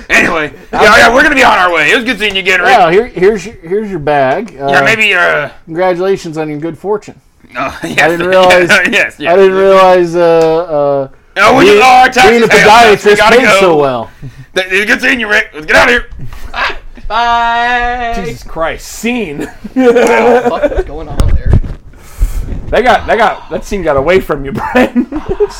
anyway, yeah, yeah, we're gonna be on our way. It was good seeing you again, Rick.
Yeah, here, here's your, here's your bag. Uh,
Yeah, maybe. Uh, (laughs)
Congratulations on your good fortune.
uh, yes,
I didn't
(laughs)
realize.
yes, yes.
I didn't realize. Uh, uh,
No, we,
being-
oh, our taxes
being a
paid off. We
podiatrist
gotta
pays
go.
so (laughs) well.
Th- It was good seeing you, Rick. Let's get out of here.
Bye.
Jesus Christ, scene. (laughs)
What the fuck was going on there?
They got, they got, that scene got away from you, (laughs) Brian.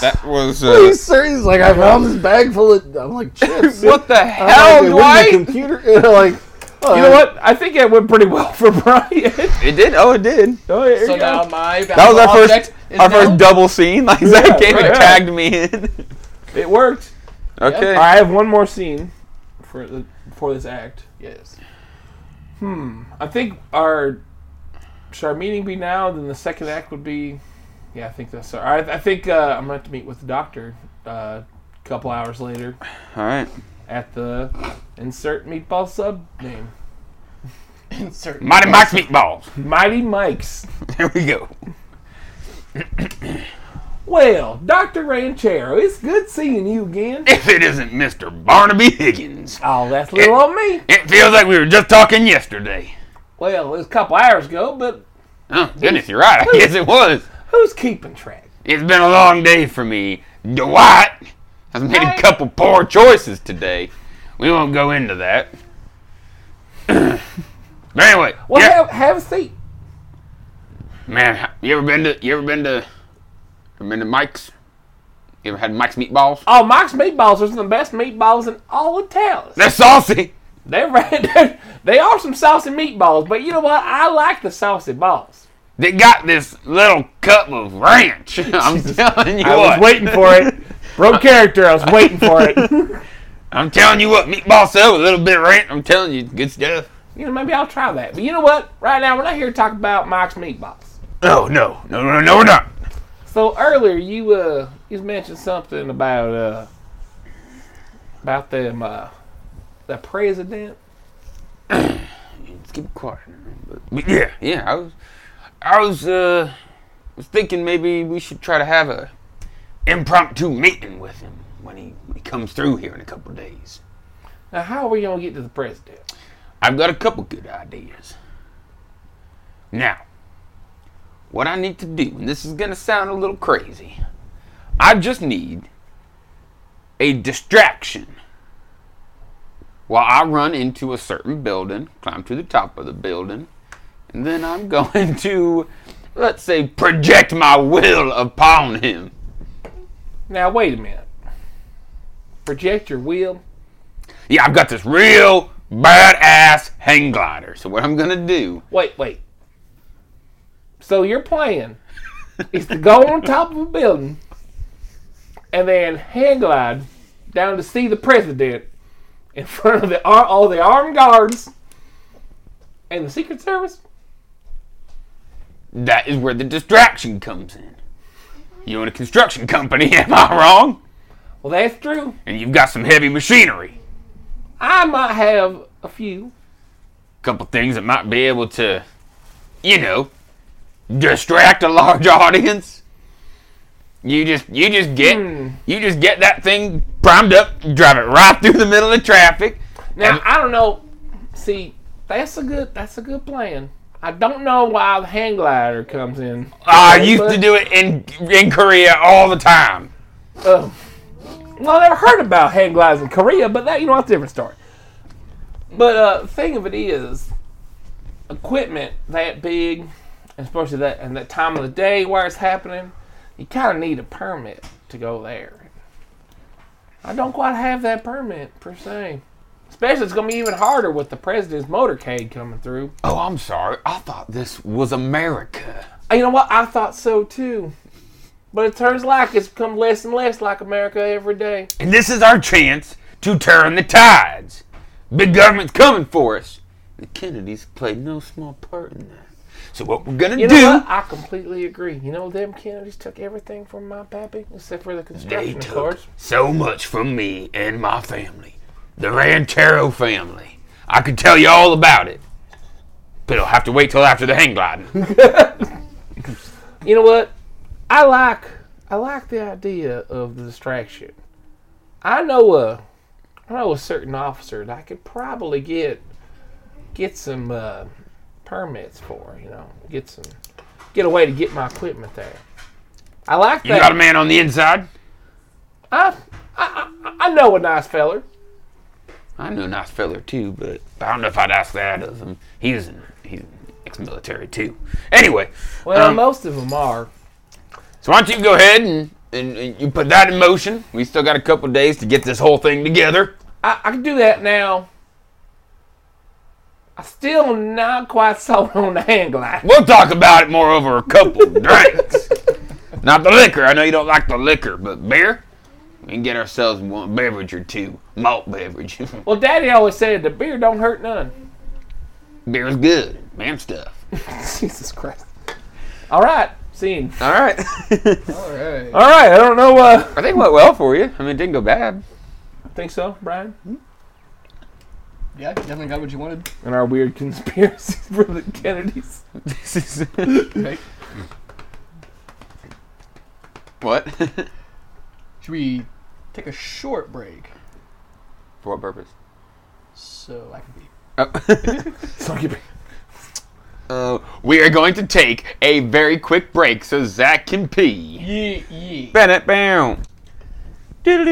That was. uh,
He's serious. Like I found this bag full of. I'm like
(laughs) (laughs)
chips.
what the
I'm
hell,
like,
Dwight?
The computer. (laughs) You know, like.
you know what? I think it went pretty well (laughs) for
(laughs)
Brian.
It did. Oh, it did.
oh, here
So
you
now
go.
my
That was our
object
first,
is
our
now-
first double scene. (laughs) Like Zach came
right.
and tagged me in. (laughs)
it worked.
Okay.
I have one more scene for the, for this act. Hmm,
Yes.
I think our should our meeting be now? Then the second act would be. Yeah, I think that's. I, I think uh, I'm gonna have to meet with the doctor uh, a couple hours later
All right.
at the insert meatball sub name,
Insert.
Mighty Mike's meatballs.
Mighty Mike's.
(laughs) There we go.
Well, Doctor Ranchero, it's good seeing you again.
If it isn't Mr. Barnaby Higgins,
Oh, that's little on me.
it feels like we were just talking yesterday.
Well, it was a couple hours ago, but
Oh, goodness, you're right. I guess it was.
who's keeping track?
It's been a long day for me. Dwight has made a couple poor choices today. We won't go into that. (coughs) but anyway,
Well,
yeah,
have, have a seat.
man, you ever been to you ever been to ever been to Mike's? You ever had Mike's meatballs?
Oh, Mike's meatballs are some of the best meatballs in all of Dallas.
They're saucy.
They're, right- (laughs) they're they are some saucy meatballs, but you know what? I like the saucy balls.
They got this little cup of ranch. (laughs)
(laughs)
I'm telling you
I
what.
was waiting for it. (laughs) Broke character. I was waiting for it.
I'm telling you what, meatball sub, a little bit of ranch. I'm telling you, good stuff.
(laughs) You know, maybe I'll try that. But you know what? Right now, we're not here to talk about Mike's meatballs.
Oh no, no, no, no, we're not.
So earlier, you uh, you mentioned something about uh, about them uh, the president.
Let's keep it quiet. But yeah, yeah, I was, I was, uh, was thinking maybe we should try to have a impromptu meeting with him when he, when he comes through here in a couple days.
Now, how are we gonna get to the president?
I've got a couple good ideas. Now, what I need to do, and this is going to sound a little crazy, I just need a distraction while I run into a certain building, climb to the top of the building, and then I'm (laughs) going to, let's say, project my will upon him.
Now, wait a minute. Project your will.
Yeah, I've got this real badass hang glider. So, what I'm going to do
Wait, wait. So your plan is to go on top of a building and then hang glide down to see the president in front of the ar- all the armed guards and the Secret Service.
That is where the distraction comes in. You own a construction company, (laughs) am I wrong?
Well, that's true.
And you've got some heavy machinery.
I might have a few.
couple things that might be able to, you know, distract a large (laughs) audience. You just you just get you just get that thing primed up, drive it right through the middle of traffic.
Now I don't know. See, that's a good that's a good plan. I don't know why the hang glider comes in.
I used to do it in in Korea all the time.
Uh, well, I never heard about hang gliders in Korea, but that you know that's a different story. But uh, thing of it is, equipment that big, especially that and that time of the day where it's happening, you kind of need a permit to go there. I don't quite have that permit per se. Especially, it's gonna be even harder with the president's motorcade coming through.
Oh, I'm sorry. I thought this was America.
You know what? I thought so too. But it turns like it's become less and less like America every day.
And this is our chance to turn the tides. Big government's coming for us. The Kennedys played no small part in that. So what we're gonna
You know
do?
what? I completely agree. You know, them Kennedys took everything from my pappy, except for the
They
construction, of
took
course.
so much from me and my family, the Ranchero family. I could tell you all about it, but it'll have to wait till after the hang
(laughs)
gliding.
You know what? I like I like the idea of the distraction. I know a I know a certain officer that I could probably get get some uh, permits for. You know, get some get a way to get my equipment there. I like that.
You got a man on the inside?
I, I, I- I know a nice feller.
I know a nice feller too, but I don't know if I'd ask that of him. He's an, he's ex-military too. Anyway,
Well,
um,
most of them are.
So why don't you go ahead and, and, and you put that in motion? We still got a couple days to get this whole thing together.
I, I can do that now. I still not quite (laughs) sold on the hand glide.
We'll talk about it more over a couple drinks. Not the liquor. I know you don't like the liquor, but beer. We can get ourselves one beverage or two, malt beverage. (laughs)
Well, Daddy always said the beer don't hurt none.
Beer's good, man stuff.
Jesus Christ. All right, scene.
All right.
All right.
All right, I don't know. Uh,
I think it went well for you. I mean, it didn't go bad.
think so, Brian.
Yeah, you definitely got what you wanted.
And our weird conspiracy (laughs) for the Kennedys.
Right?
what?
Should we take a short break
for what purpose?
so I can be?
Oh. (laughs) Uh, we are going to take a very quick break so Zach can pee.
Yee yee.
Bennett Bow. And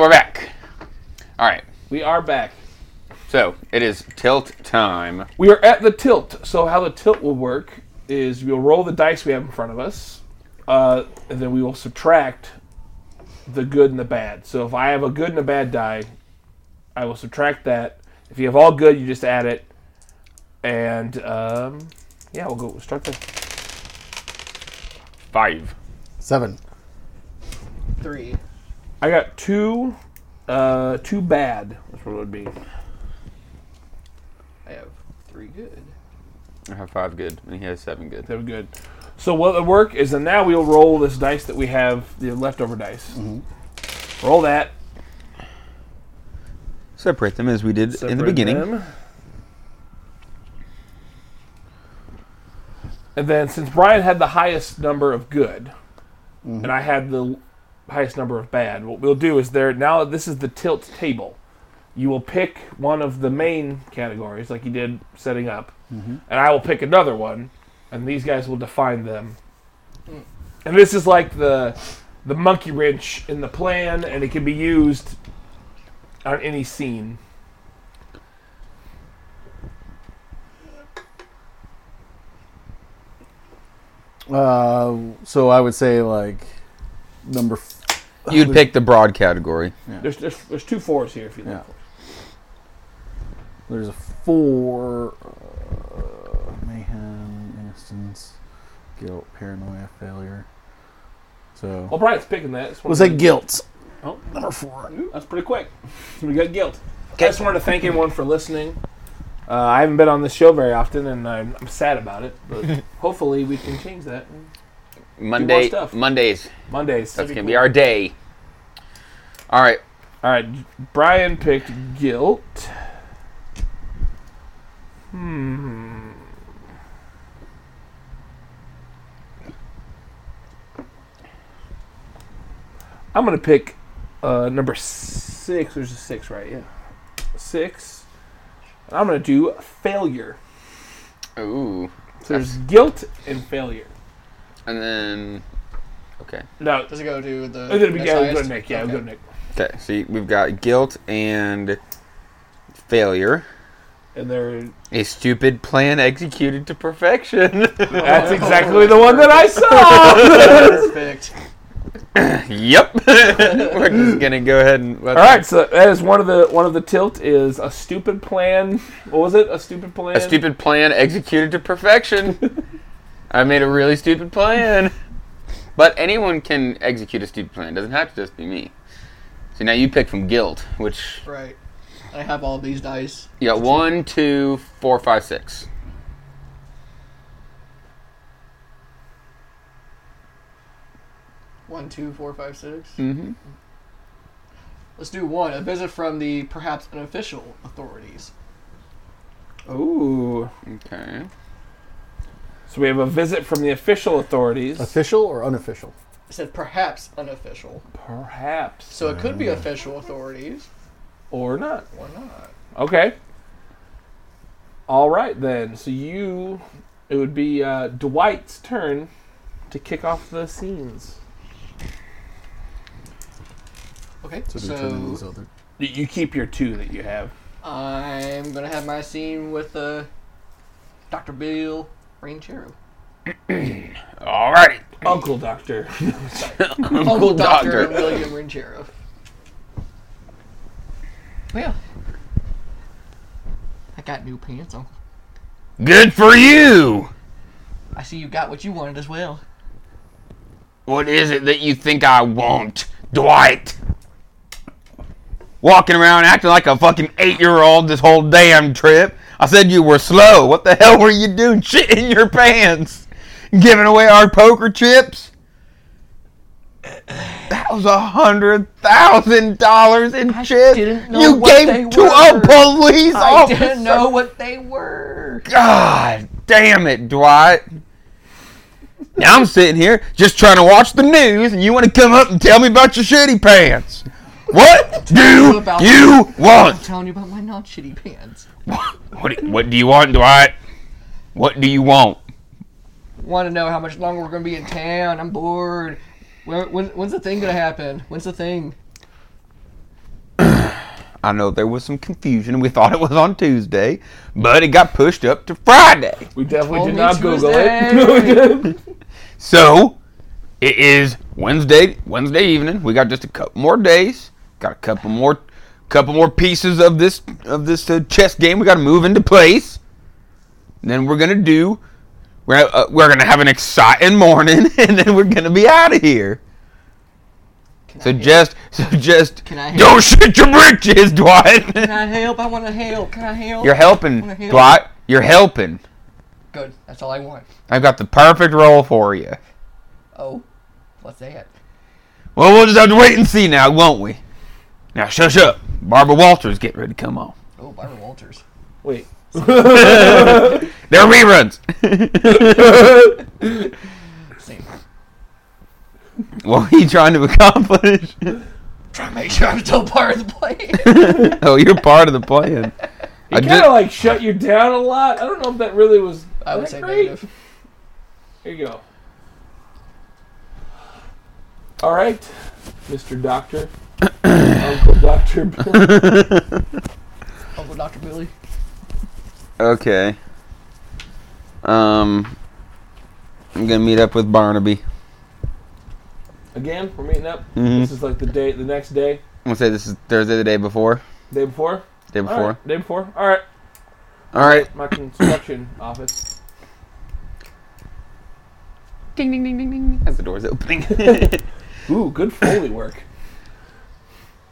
we're back. All right.
We are back.
So it is tilt time.
We are at the tilt. So how the tilt will work is we'll roll the dice we have in front of us, uh, and then we will subtract the good and the bad. So if I have a good and a bad die, I will subtract that. If you have all good, you just add it, and um, yeah, we'll go we'll start there.
Five.
Seven.
Three.
I got two, uh, two bad. That's what it would be.
I have three good.
I have five good, and he has seven good.
They're good. So what will work is that now we'll roll this dice that we have, the leftover dice. Roll that.
Separate them as we did in the
Separate
beginning.
them. And then since Brian had the highest number of good,
Mm-hmm.
and I had the l- highest number of bad, what we'll do is there now this is the tilt table. You will pick one of the main categories, like you did setting up,
Mm-hmm.
and I will pick another one, and these guys will define them. And this is like the the monkey wrench in the plan, and it can be used on any scene.
Uh, so I would say like number. F-
You'd pick the broad category.
There's, there's there's two fours here if you
Yeah.
look.
there's a four. Uh, mayhem, innocence, guilt, paranoia, failure. So
Well, Brian's picking that. It's one
we'll
of
say
the-
guilt.
Oh.
Number four.
That's pretty quick. (laughs) We got guilt. I just wanted to thank everyone for listening. Uh, I haven't been on this show very often, and I'm, I'm sad about it. But
(laughs)
hopefully, we can change that
Monday.
stuff.
Mondays.
Mondays.
That's gonna be our day. All right.
All right, Brian picked guilt. Hmm. I'm gonna pick uh, number six. There's a six, right? Yeah, six. And I'm gonna do failure.
Ooh.
So there's guilt and failure.
And then. Okay.
No,
Does it go to the?
Oh, that'd be-
next
yeah, we'll go
highest?
to Nick. Yeah,
Okay.
we'll go to Nick.
Okay. See, we've got guilt and failure.
(laughs)
And there,
A stupid plan executed to perfection. (laughs)
that's exactly the one that
(laughs)
I saw.
Perfect.
yep. (laughs) We're just gonna go ahead and.
All right, so that is one of the one of the tilt is a stupid plan. What was it? A stupid plan.
A stupid plan executed to perfection. I made a really stupid plan. But anyone can execute a stupid plan. It doesn't have to just be me. So now you pick from guilt, which
Right. I have all these dice.
you got one, two, four, five, six.
One, two, four, five, six.
Mm-hmm.
Let's do one. A visit from the perhaps unofficial authorities.
Ooh.
Okay.
So we have a visit from the official authorities.
Official or unofficial?
It said perhaps unofficial,
Perhaps
so it could be official authorities.
or not.
Why not?
Okay. All right then. So you, it would be uh, Dwight's turn to kick off the scenes.
Okay.
So, determine these
so
other.
You- You keep your two that you have.
I'm gonna have my scene with uh, Dr. Bill Ranchero.
All (laughs) right.
Uncle Doctor.
Uncle Dr.
Doctor.
Oh, William Ranchero. Well, I got new pants, Uncle.
Good for you.
I see you got what you wanted
(laughs)
as well.
What is it that you think I want, Dwight? Walking around acting like a fucking eight year old this whole damn trip. I said you were slow. What the hell were you doing? (laughs) Shit in your pants. Giving away our poker chips? That was a hundred thousand dollars in chips.
didn't know
you
what
gave
they
to
were.
a police
I
officer.
didn't know what they were.
God damn it, Dwight. Now I'm sitting here just trying to watch the news, and you want to come up and tell me about your shitty pants. What
you
do
about-
you
I'm
want?
telling you about my not shitty pants.
What, what do you want, Dwight? What do you want?
Want to know how much longer we're gonna be in town? I'm bored. When, when, when's the thing gonna happen? When's the thing?
I know there was some confusion. We thought it was on Tuesday, but it got pushed up to Friday.
(laughs) We definitely
Told
did
me
not Google it.
Tuesday.
(laughs) No, we didn't.
So it is Wednesday Wednesday evening. We got just a couple more days. Got a couple more couple more pieces of this of this uh, chess game. We got to move into place. And then we're gonna do we're uh, we're gonna have an exciting morning, (laughs) and then we're gonna be out of here.
Can
So
I help?
just so just
Can I help?
don't shit your britches, (laughs)
Can
Dwight.
I help? I want to help. Can I help?
You're helping,
Wanna help?
Dwight. You're helping.
Good. That's all I want.
I've got the perfect role for you.
Oh, what's that?
Well, we'll just have to wait and see now, won't we? Now, shush up. Barbara Walters getting ready to come on.
Oh, Barbara Walters.
Wait.
They're (laughs) reruns.
Same.
what are you trying to accomplish?
Trying to make sure I'm still part of the play.
(laughs) oh, you're part of the plan. I
It kind of like shut you down a lot. I don't know if that really was.
I would
that
say
great.
negative.
Here you go. All right, Mr.
(coughs)
Doctor, Uncle
(laughs)
Doctor. Bill.
Uncle Dr. Billy.
okay. Um, I'm gonna meet up with Barnaby.
Again, we're meeting up.
Mhm.
This is like the day, the next day,
I'm gonna say this is Thursday, the day before.
day before.
Day
All right,
before.
day before. All right,
All right.
my construction (coughs) office.
Ding ding ding ding ding. As the door's (laughs) opening.
Ooh, good foley work.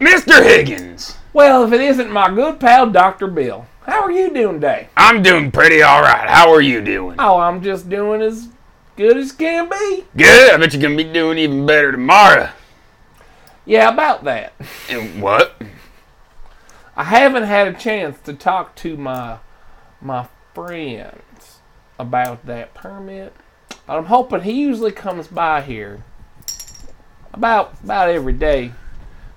Mr. Higgins,
Well, if it isn't my good pal Doctor Bill, how are you doing today?
I'm doing pretty all right. How are you doing?
Oh, I'm just doing as good as can be.
Good. I bet you're gonna be doing even better tomorrow.
Yeah, about that.
And what?
I haven't had a chance to talk to my my friends about that permit, but I'm hoping he usually comes by here about about every day.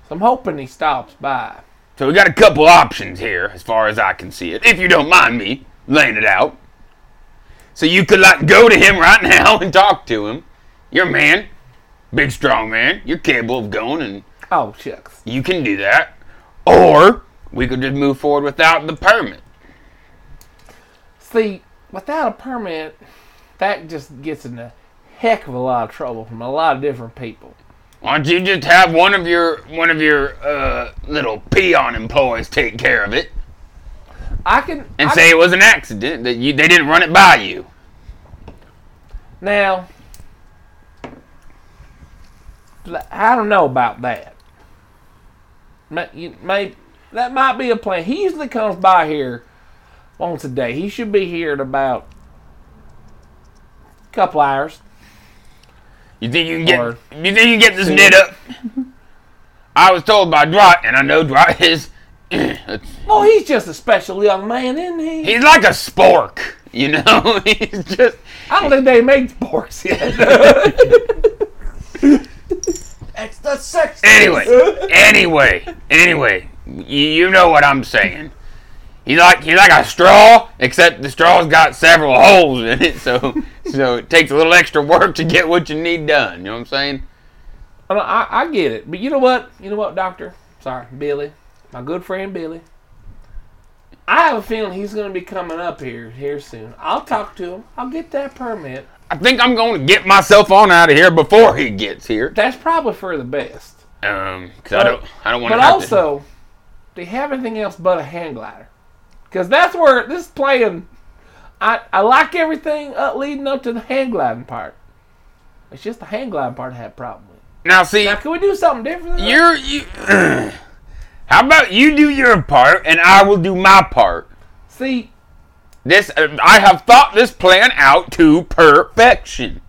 So I'm hoping he stops by.
So we got a couple options here, as far as I can see it, if you don't mind me laying it out. So you could like go to him right now and talk to him. You're a man, big strong man. You're capable of going, and
Oh shucks.
you can do that. Or we could just move forward without the permit.
See, without a permit, that just gets in a heck of a lot of trouble from a lot of different people.
Why don't you just have one of your one of your uh, little peon employees take care of it
I can
and
I-
say it was an accident that you they didn't run it by you?
now. l- I don't know about that. May, you- may, that might be a plan. He usually comes by here once a day. He should be here in about a couple hours.
You think you can get?
Or-
you think you can get this knit up? I was told by Dwight, and I know Dwight is. (clears throat)
Well, he's just a special young man, isn't he?
He's like a spork, you know. (laughs) He's just.
I don't think they made sports yet.
That's the sex.
Anyway, anyway, anyway. You, you know what I'm saying. He like he like a straw, except the straw's got several holes in it, (laughs) so so it takes a little extra work to get what you need done. You know what I'm saying?
I, I, I get it, but you know what? You know what, Doctor? Sorry, Billy, my good friend Billy. I have a feeling he's going to be coming up here here soon. I'll talk to him. I'll get that permit.
I think I'm going to get myself on out of here before he gets here.
That's probably for the best.
Um, 'cause I don't I don't want
But
to. have to-
also, do you have anything else but a hand glider? Because that's where this is playing. I I like everything up leading up to the hand gliding part. It's just the hand gliding part I had a problem with.
now see
Now, can we do something different? than that?
You're you. (clears throat) How about you do your part and I will do my part.
See,
This uh, I have thought this plan out to perfection.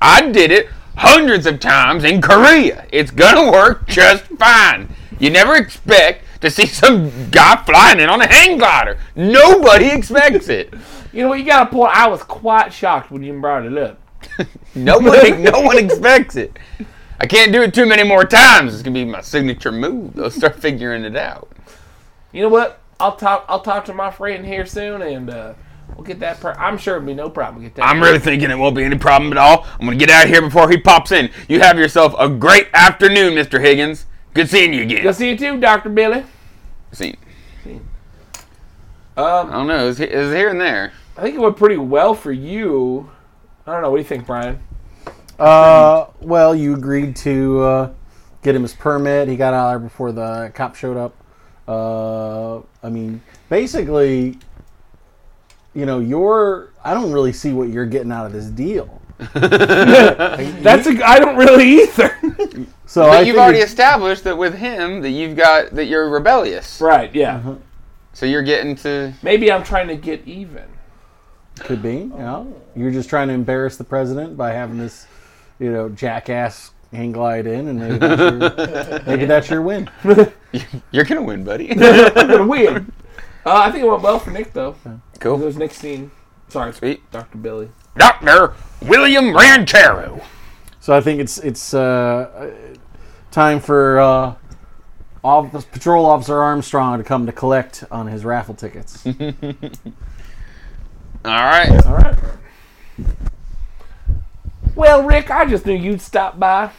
I did it hundreds of times in Korea. It's gonna work just fine. You never expect to see (laughs) some guy flying in on a hang glider. Nobody expects it.
you know what? You got a point. I was quite shocked when you brought it up.
No one, no one expects it. I can't do it too many more times. It's gonna be my signature move. They'll start figuring it out.
You know what? I'll talk. I'll talk to my friend here soon, and uh, we'll get that. Per- I'm sure it'll be no problem. to Get that.
I'm really thinking it won't be any problem at all. I'm gonna get out of here before he pops in. You have yourself a great afternoon, Mr. Higgins. Good seeing you again.
Good see you too, Doctor Billy.
See, I
Um,
don't know. Is is here and there?
I think it went pretty well for you. I don't know. What do you think, Brian?
Uh, well, you agreed to uh, get him his permit. He got out there before the cop showed up. Uh, I mean, basically, you know, you're. I don't really see what you're getting out of this deal.
That's a, I don't really either. (laughs)
So I
But you've
figured-
already established that with him that you've got that you're rebellious.
right, yeah.
So you're getting to.
Maybe I'm trying to get even.
could be. You know, you're just trying to embarrass the president by having this, you know, jackass hang glide in, and maybe
(laughs)
that's your, maybe that's your win.
You're gonna win, buddy.
I'm gonna (laughs) win. Uh, I think it went well for Nick though. It
cool.
was Nick's scene. Sorry,
Sweet.
Doctor Billy.
Doctor William Ranchero.
So I think it's it's uh, time for uh, Office, Patrol Officer Armstrong to come to collect on his raffle tickets.
All right.
All right. Well, Rick, I just knew you'd stop by.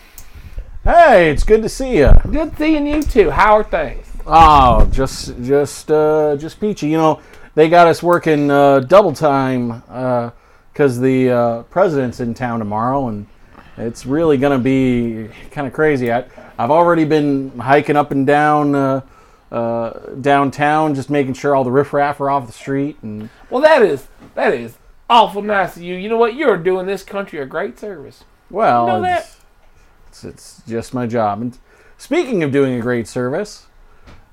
hey, it's good to see you.
Good seeing you too. How are things?
Oh, just just uh, just peachy. You know, they got us working uh, double time because the uh, president's in town tomorrow, and it's really gonna be kind of crazy. I, I've already been hiking up and down. Uh, uh, downtown, just making sure all the riffraff are off the street, and
Well, that is that is awful nice of you. You know what? You're doing this country a great service.
Well,
You know that-
it's, it's, it's just my job. And speaking of doing a great service,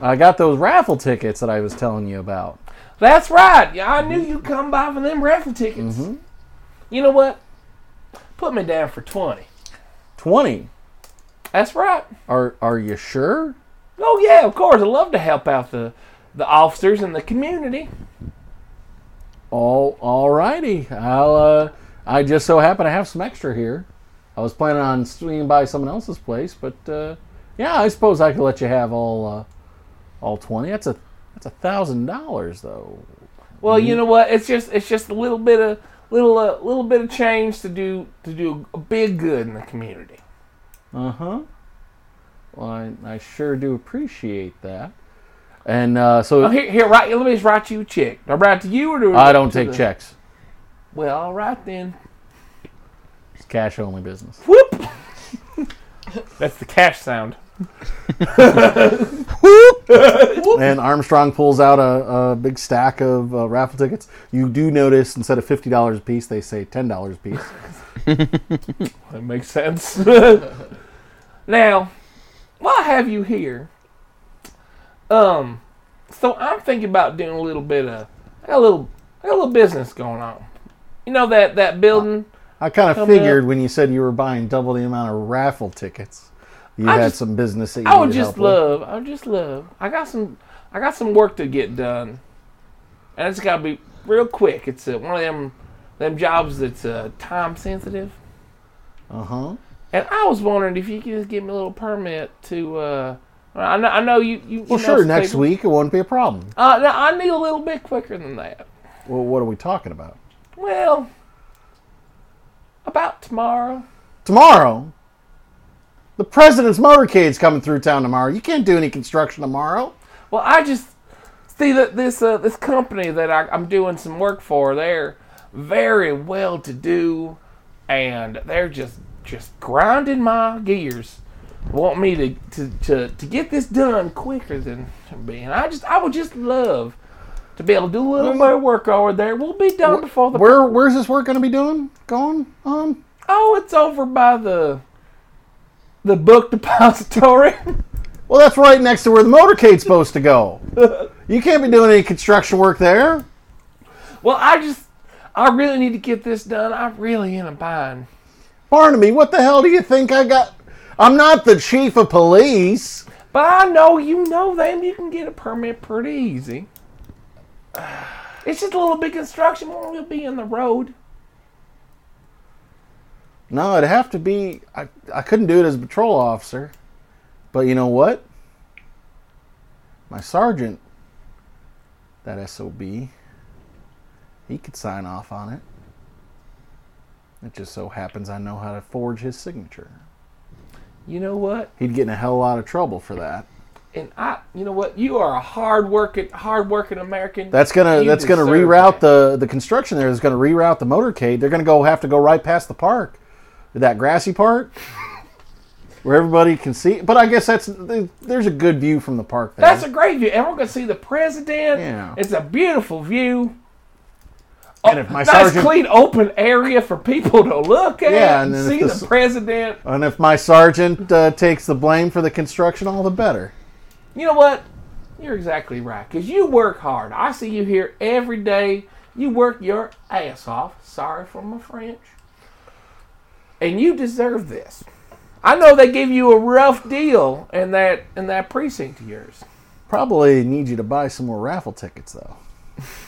I got those raffle tickets that I was telling you about.
That's right. Yeah, I
Mm-hmm.
knew you'd come by for them raffle tickets. You know what? Put me down for twenty.
Twenty.
That's right.
Are are you sure?
Oh yeah, of course. I love to help out the the officers and the community.
All all righty. I'll. Uh, I just so happen to have some extra here. I was planning on swinging by someone else's place, but uh, yeah, I suppose I could let you have all uh, all twenty. That's a that's a thousand dollars though.
Well,
Mm-hmm.
you know what? It's just it's just a little bit of little uh, little bit of change to do to do a big good in the community.
Uh huh. Well, I, I sure do appreciate that. And uh, so
Oh, here, here, right. Let me just write you a check. Do I write to you or do
I don't
to
take
the-
checks.
Well, all right then.
It's cash only business.
Whoop. (laughs) That's the cash sound.
And Armstrong pulls out a, a big stack of uh, raffle tickets. You do notice instead of fifty dollars a piece, they say ten dollars a piece.
That makes sense. (laughs) now, while I have you here, um, so I'm thinking about doing a little bit of I got a little I got a little business going on. You know that that building.
I kind of
Coming up.
figured when you said you were buying double the amount of raffle tickets, you
I
had
just-
some business that you
I would
needed
just
help with.
love. I would just love. I got some. I got some work to get done, and it's got to be real quick. It's uh, one of them them jobs that's uh, time sensitive.
Uh-huh.
And I was wondering if you could just give me a little permit to. Uh, I know. I know you. you
Well,
you know
sure.
some
Next
people-
week it won't be a problem.
Uh, no, I need a little bit quicker than that.
Well, what are we talking about?
Well, about tomorrow.
Tomorrow, the president's motorcade's coming through town tomorrow. You can't do any construction tomorrow.
Well, I just see that this uh, this company that I, I'm doing some work for, they're very well to do, and they're just just grinding my gears, want me to to, to, to get this done quicker than being. I just I would just love to be able to do a little more work over there. We'll be done before the
Where where's this work going to be doing? Going on?
oh, it's over by the the book (laughs) depository.
Well, that's right next to where the motorcade's supposed to go. You can't be doing any construction work there.
well, I just I really need to get this done. I'm really in a bind.
Barnaby, what the hell do you think I got? I'm not the chief of police.
But I know you know them. You can get a permit pretty easy. It's just a little bit construction when we'll be in the road.
No, it'd have to be. I, I couldn't do it as a patrol officer. But you know what? My sergeant, that SOB, he could sign off on it. It just so happens I know how to forge his signature.
You know what?
He'd get in a hell of a lot of trouble for that.
And I, you know what? You are a hard working, hard working American.
That's gonna
You
that's gonna
deserve that.
reroute the the construction there. Is gonna reroute the motorcade. They're gonna go have to go right past the park, that grassy part, (laughs) where everybody can see. But I guess that's there's a good view from the park. There.
That's a great view. Everyone can see the president.
Yeah.
It's a beautiful view.
And if my
nice
sergeant-
clean open area for people to look at.
Yeah,
and
and then if
see
the
the,
s-
president.
and if my sergeant uh, takes the blame for the construction, all the better.
You know what? You're exactly right. Cause you work hard. I see you here every day. You work your ass off. Sorry for my French. And you deserve this. I know they give you a rough deal in that in that precinct of yours.
Probably need you to buy some more raffle tickets though,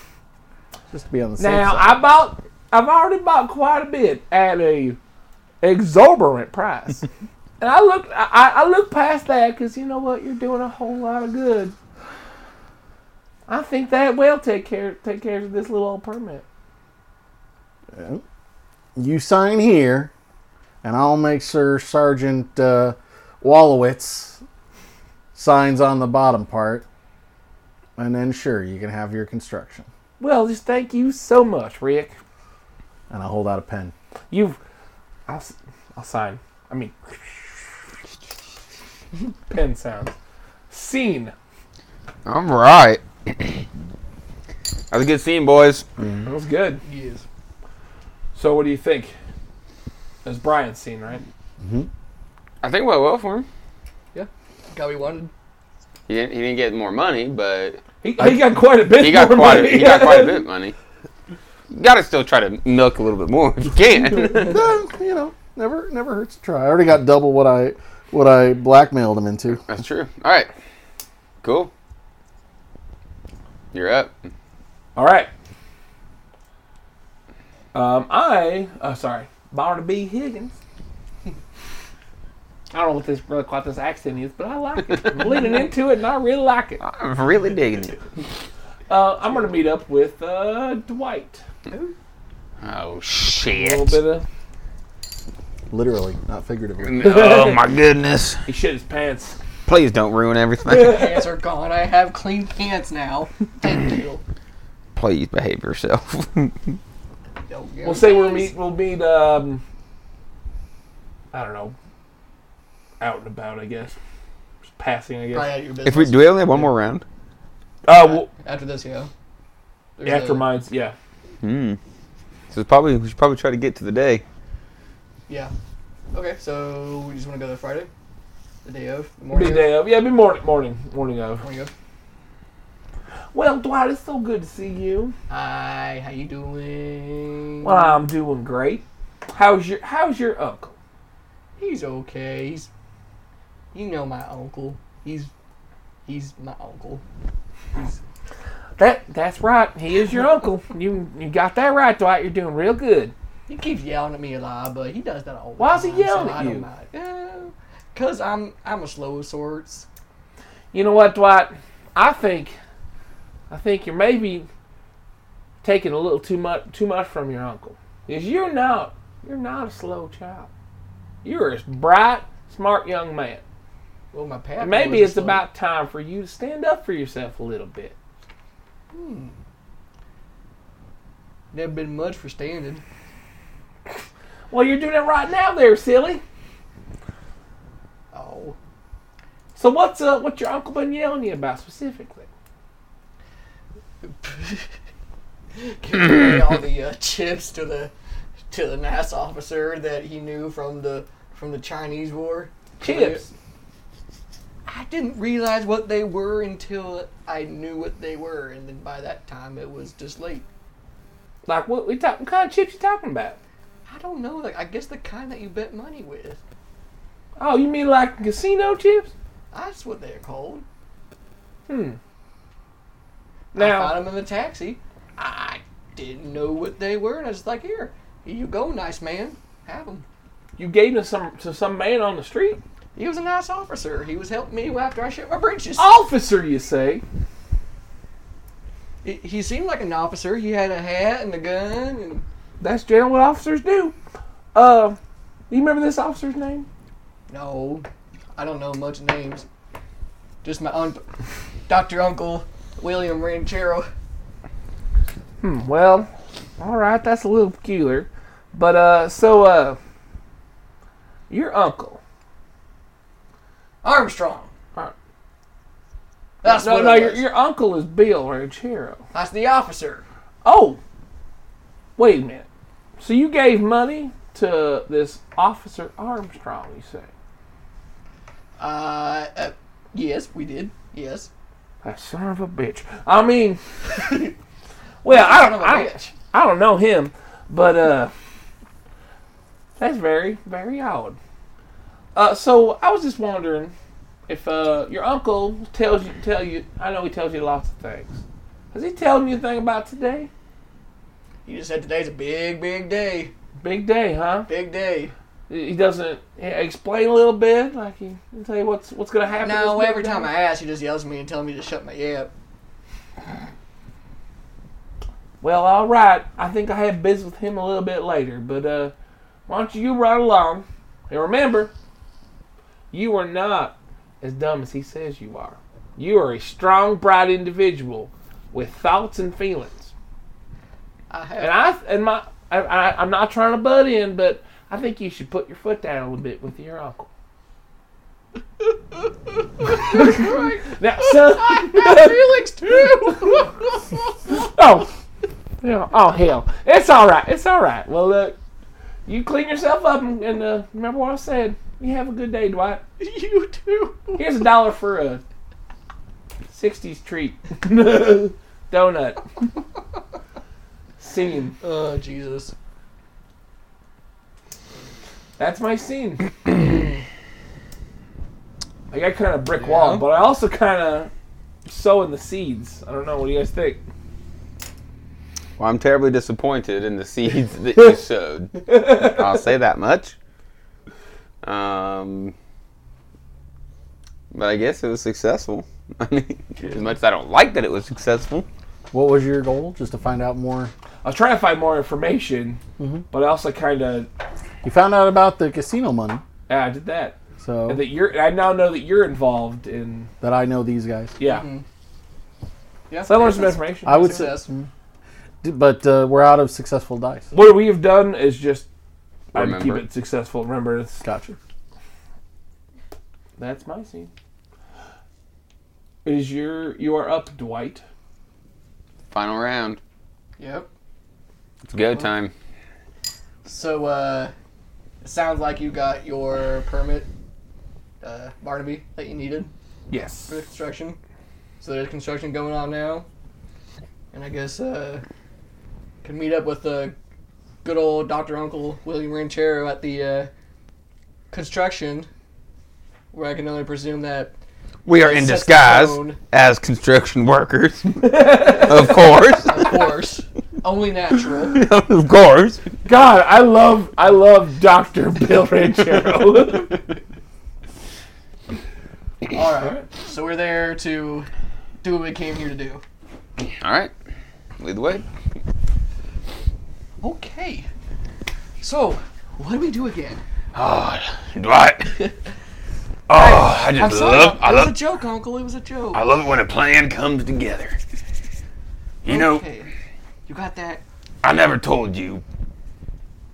(laughs) just to be on the safe
Now
side.
I bought. I've already bought quite a bit at a exorbitant price, and I look. I, I look past that because you know what? You're doing a whole lot of good. I think that will take care take care of this little old permit.
you sign here, and I'll make sure Sergeant uh, Wallowitz signs on the bottom part, and then sure you can have your construction.
Well, just thank you so much, Rick.
And I hold out a pen.
You've. I'll, s- I'll sign. I mean, pen sounds. Scene.
All right. That was a good scene, boys.
That was good.
Yes.
So, what do you think? That was Brian's scene, right?
I think it went well for him.
Got me one.
He didn't, he didn't get more money, but
He, he got quite a bit.
he got
more
quite a,
money.
he got quite a bit of money. You gotta still try to milk a little bit more if you
(laughs)
can.
No, you know, never never hurts to try. I already got double what I what I blackmailed him into.
That's true. All right, cool. You're up.
(laughs) All right. Um, I uh, sorry, Barnaby Higgins. (laughs) I don't know what this really quite this accent is, but I like it. (laughs) I'm leaning into it, and I really like it.
I'm really digging it.
Uh, I'm gonna meet up with uh, Dwight.
Oh
A
shit!
little bit of
Literally, not figuratively.
(laughs) oh my goodness!
he shit his pants.
Please don't ruin
(laughs)
everything.
Pants are gone. I have clean pants now. Thank you.
Please behave yourself. (laughs)
Yo, yo,
We'll say we'll
guys.
meet. We'll meet. Um, I don't know. Out and about, I guess. Just passing, I
Probably
guess.
out of your business.
if we do, we only have one more round.
Uh, well,
after this, yeah. There's
after
a-
mine's, yeah.
Hmm. So it's probably we should probably try to get to the day.
Yeah. Okay, so we just want to go there Friday, the day of, the
Be
morning. of?
day of, yeah. Be morning, morning, morning of.
Morning of.
Well, Dwight, it's so good to see you.
Hi, how you doing?
Well, I'm doing great. How's your How's your uncle?
He's okay. He's, you know, my uncle. He's, he's my uncle.
That That's right. He is your uncle. You You got that right, Dwight. You're doing real good.
He keeps yelling at me a lot, but he does that all the
Why's he
time.
yelling
so
at
I
you?
Don't mind. Uh, Cause I'm I'm a slow of sorts.
You know what, Dwight? I think, I think you're maybe taking a little too much too much from your uncle. Cause you're not you're not a slow child. You're a bright, smart young man.
Well, my pappy.
And maybe
wasn't
it's
slow.
about time for you to stand up for yourself a little bit.
Never been much for standing.
Well, you're doing it right now, there, silly.
Oh,
So what's uh, what's your uncle been yelling you about specifically?
giving away all the uh, chips to the to the NAS officer that he knew from the from the Chinese war.
Chips.
I didn't realize what they were until I knew what they were, and then by that time it was just late.
Like what? We talk, what kind of chips you talking about?
I don't know. Like I guess the kind that you bet money with.
Oh, you mean like casino chips?
That's what they're called. I
Now,
found them in the taxi. I didn't know what they were, and I was like, "Here, here you go, nice man. Have them."
you gave them some to some man on the street.
He was a nice officer. He was helping me after I shit my breeches.
officer, you say?
He, he seemed like an officer. He had a hat and a gun, and
That's generally what officers do. Uh, you remember this officer's name?
no, I don't know much names. Just my uncle, Doctor Uncle William Ranchero.
Hmm, well, all right, that's a little peculiar, but uh, so uh, your uncle.
Armstrong.
Ar-
That's
no,
what
no,
it
your,
was.
your uncle is Bill Ranchero.
That's the officer.
Oh, wait a minute. So you gave money to this officer Armstrong, you say?
Uh, uh, yes, we did. Yes.
That son of a bitch. I (laughs) mean, well, I
Son
don't,
of a
I, don't,
bitch.
I don't know him, but uh, that's very, very odd. Uh, so I was just wondering if uh, your uncle tells you, tell you. I know he tells you lots of things. Has he telling you anything about today?
You just said today's a big, big day.
Big day, huh?
Big day.
He doesn't he explain a little bit, like he he tell you what's what's gonna happen.
No,
this big
every
day?
time I ask, he just yells at me and tells me to shut my yap.
Well, all right. I think I have business with him a little bit later, but uh, why don't you ride along? And remember, you are not as dumb as he says you are. You are a strong, bright individual with thoughts and feelings.
I
And
have.
I and my I, I, I'm not trying to butt in, but I think you should put your foot down a little bit with
(laughs)
your uncle. now, son.
Felix too.
(laughs) Oh, yeah. Oh hell, it's all right. It's all right. Well, look, you clean yourself up and, and uh, remember what I said. You have a good day, Dwight.
(laughs) you too.
Here's a dollar for a '60s
(laughs)
treat donut. Scene.
Oh Jesus.
That's my scene. I got kind of brick wall,
Yeah.
but I also kind of sowing the seeds. I don't know. What do you guys think?
Well, I'm terribly disappointed in the seeds
(laughs)
that you sowed. I'll say that much. Um, but I guess it was successful. (laughs) I mean, as much as I don't like that it was successful.
What was your goal? Just to find out more.
I was trying to find more information,
Mm-hmm.
but I also kind of
You found out about the casino money,
yeah, ah, I did that.
so
And that you're, I now know that you're involved in
that I know these guys.
yeah.
Yeah,
So I learned some
that's-
information.
I would say,
Success.
but uh, we're out of successful dice.
what we have done is just I keep
Remember.
it successful. Remember, it's,
Gotcha.
that's my scene. Is your you are up, Dwight?
Final round.
Yep.
It's go time.
So, uh, it sounds like you got your permit, uh, Barnaby, that you needed
Yes.
for the construction. So there's construction going on now, and I guess uh, can meet up with uh, good old Doctor Uncle William Ranchero at the uh, construction, where I can only presume that
We are in
Set the
disguise
tone.
as construction
(laughs)
workers, of course,
of course, only natural.
of
(laughs)
course.
God, I love I love Doctor (laughs)
(laughs)
Bill Ranchero.
All right. So we're there to do what we came here to do.
All right, lead the way.
Okay. So what do we do again?
Oh, Dwight.
(laughs)
Oh, I
I'm
just
sorry.
love. I
it was a
love.
joke, Uncle. It was a joke.
I love it when a plan comes together. You know,
Okay. You got that?
I never told you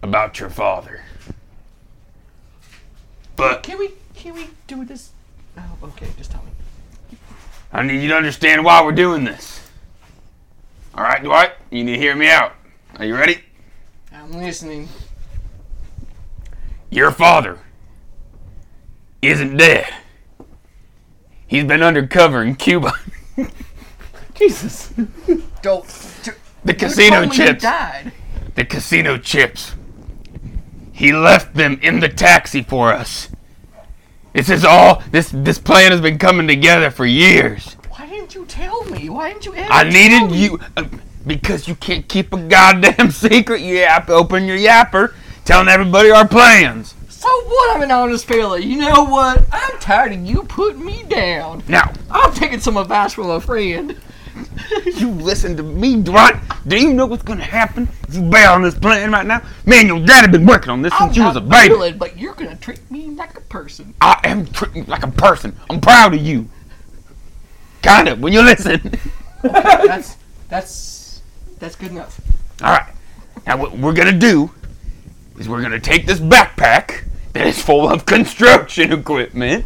about your father, but
Can we? Can we do this? Oh, okay. Just tell me.
I need you to understand why we're doing this. All right, Dwight, you need to hear me out. Are you ready?
I'm listening.
Your father isn't dead. He's been undercover in Cuba. (laughs)
Jesus.
Don't.
The casino
He
chips.
died.
The casino chips. He left them in the taxi for us. This is all this this plan has been coming together for years.
Why didn't you tell me? Why didn't you ever?
I
tell
needed
me?
you uh, because you can't keep a goddamn (laughs) secret. You have to open your yapper telling everybody our plans.
So what? I'm an honest fella. You know what? I'm tired of you putting me down.
Now,
I'm taking some advice from a friend.
You listen to me, Dwight. Do you know what's gonna happen if you bail on this plan right now? Man, your daddy been working on this
I'm
since you was a
not
baby.
villain, but you're gonna treat me like
(laughs)
a person.
I am treating you like a person. I'm proud of you. Kinda, when you listen. (laughs)
that's that's that's good enough.
Alright. Now what we're gonna do is we're gonna take this backpack that is full of (laughs) construction equipment.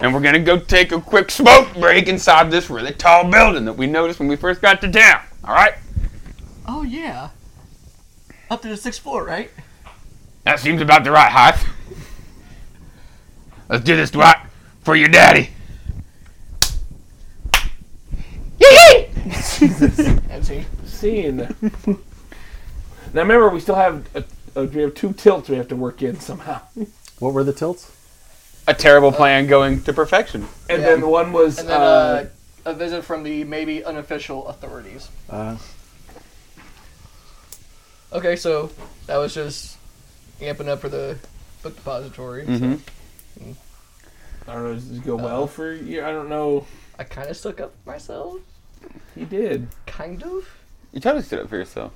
And we're gonna go take a quick smoke break inside this really tall building that we noticed when we first got to town. Alright?
Oh yeah. Up to the sixth floor, right?
That seems about the right height. Let's do this, Dwight, for your daddy. Yee!
MC.
Scene. now remember, we still have a, a, we have two tilts we have to work in somehow, and
What were the tilts?
A terrible plan going to perfection.
then one was
And then
uh,
uh, a visit from the maybe unofficial authorities.
Uh,
Uh-huh. Okay, so that was just amping up for the book depository. so
I don't know. Does it go well for you? I don't know.
I kind of stuck up for myself,
He did.
kind of.
You totally stood up for yourself.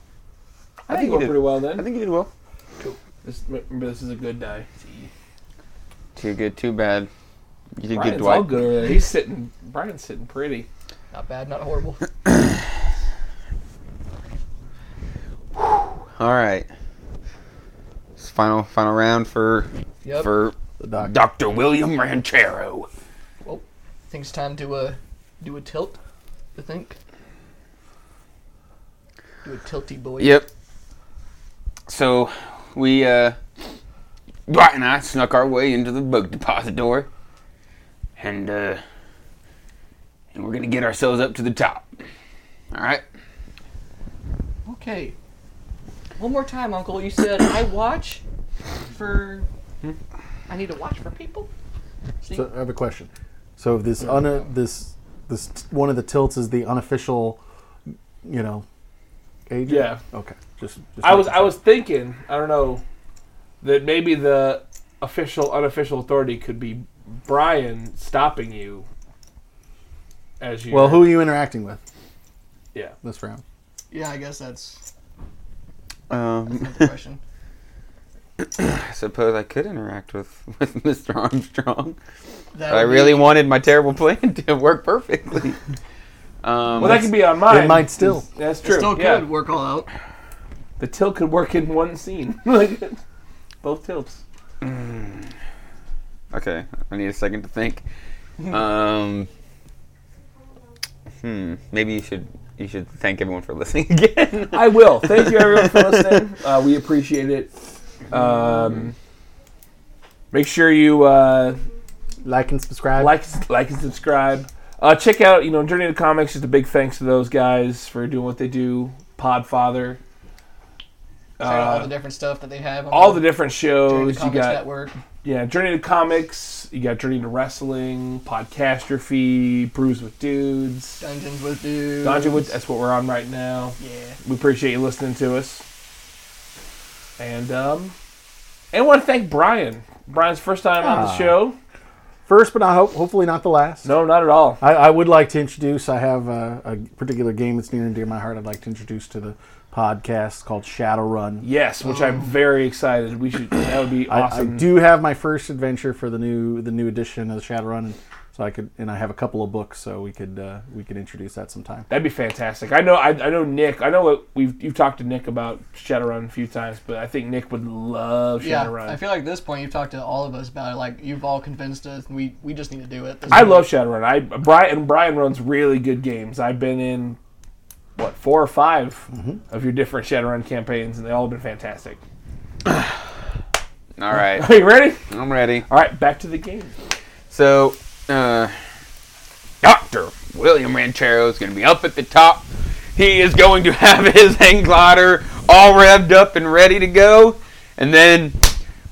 I,
think
think it
he
went
did.
pretty well then.
think you did well.
this, remember, this is a good day.
Too good, too bad. You did
Brian's all good over there. He's sitting. Brian's sitting pretty.
Not bad, not horrible.
All right. It's final, final round for
Yep.
for
the doctor.
Dr. William Ranchero.
think it's time to uh, do a tilt. I think. Do a tilty boy.
Yep. So we uh Dwight and I snuck our way into the book depository. And uh and we're gonna get ourselves up to the top. Alright?
Okay. One more time, Uncle. You said I watch for. I need to watch for people. See,
So I have a question. So this un- this this t- one of the tilts is the unofficial, you know, agent.
Yeah.
Okay. Just. just
I was
making
I was thinking, I don't know, that maybe the official unofficial authority could be Brian stopping you as you.
Well, who are you interacting with
Yeah.
this round?
Yeah, I guess that's
Um, (laughs)
the question.
I suppose I could interact with, with (laughs) Mr. Armstrong.
That
I
would
really
be-
wanted my terrible plan (laughs) to work perfectly. Um,
Well, that could be on mine.
It might still.
That's
It
true.
still
yeah.
could work all out.
The tilt could work in one scene. (laughs) Like, Both tilts.
Okay, I need a second to think. Um, hmm. Maybe you should you should thank everyone for listening (laughs) again.
I will. Thank you, everyone, for listening. Uh, we appreciate it. Um, make sure you. Uh,
Like and subscribe.
like like and subscribe. Uh, check out you know Journey to Comics. Just a big thanks to those guys for doing what they do. Podfather,
Check out all
Uh,
the different stuff that they have. On
all the different
During the
shows you
Comics
got.
Network.
Yeah, Journey to Comics. You got Journey to Wrestling, Podcastrophe, Brews with Dudes,
Dungeons with Dudes.
Dungeon with. That's what we're on right now.
Yeah.
We appreciate you listening to us. And um, and want to thank Brian. Brian's first time on the
Ah.
show.
First, but not ho- hopefully not the last.
No, not at all.
I, I would like to introduce. I have a, a particular game that's near and dear to my heart. I'd like to introduce to the podcast called Shadowrun.
Yes, which I'm very excited. We should. That would be
I,
awesome.
I do have my first adventure for the new the new edition of Shadowrun, and so I could and I have a couple of books, so we could uh, we could introduce that sometime.
That'd be fantastic. I know. I, I know Nick. I know what we've you've talked to Nick about Shadowrun a few times, but I think Nick would love
Yeah,
Shadowrun.
I feel like at this point you've talked to all of us about it. Like you've all convinced us. We we just need to do it. This
I
is-
love Shadowrun. I Brian and Brian runs really good games. I've been in what four or 5 of your different Shadowrun campaigns, and they all have been fantastic.
All right,
Are you ready?
I'm ready.
All right, back to the game.
So, uh, Dr. William Ranchero is going to be up at the top. He is going to have (laughs) his hang glider all revved up and ready to go. And then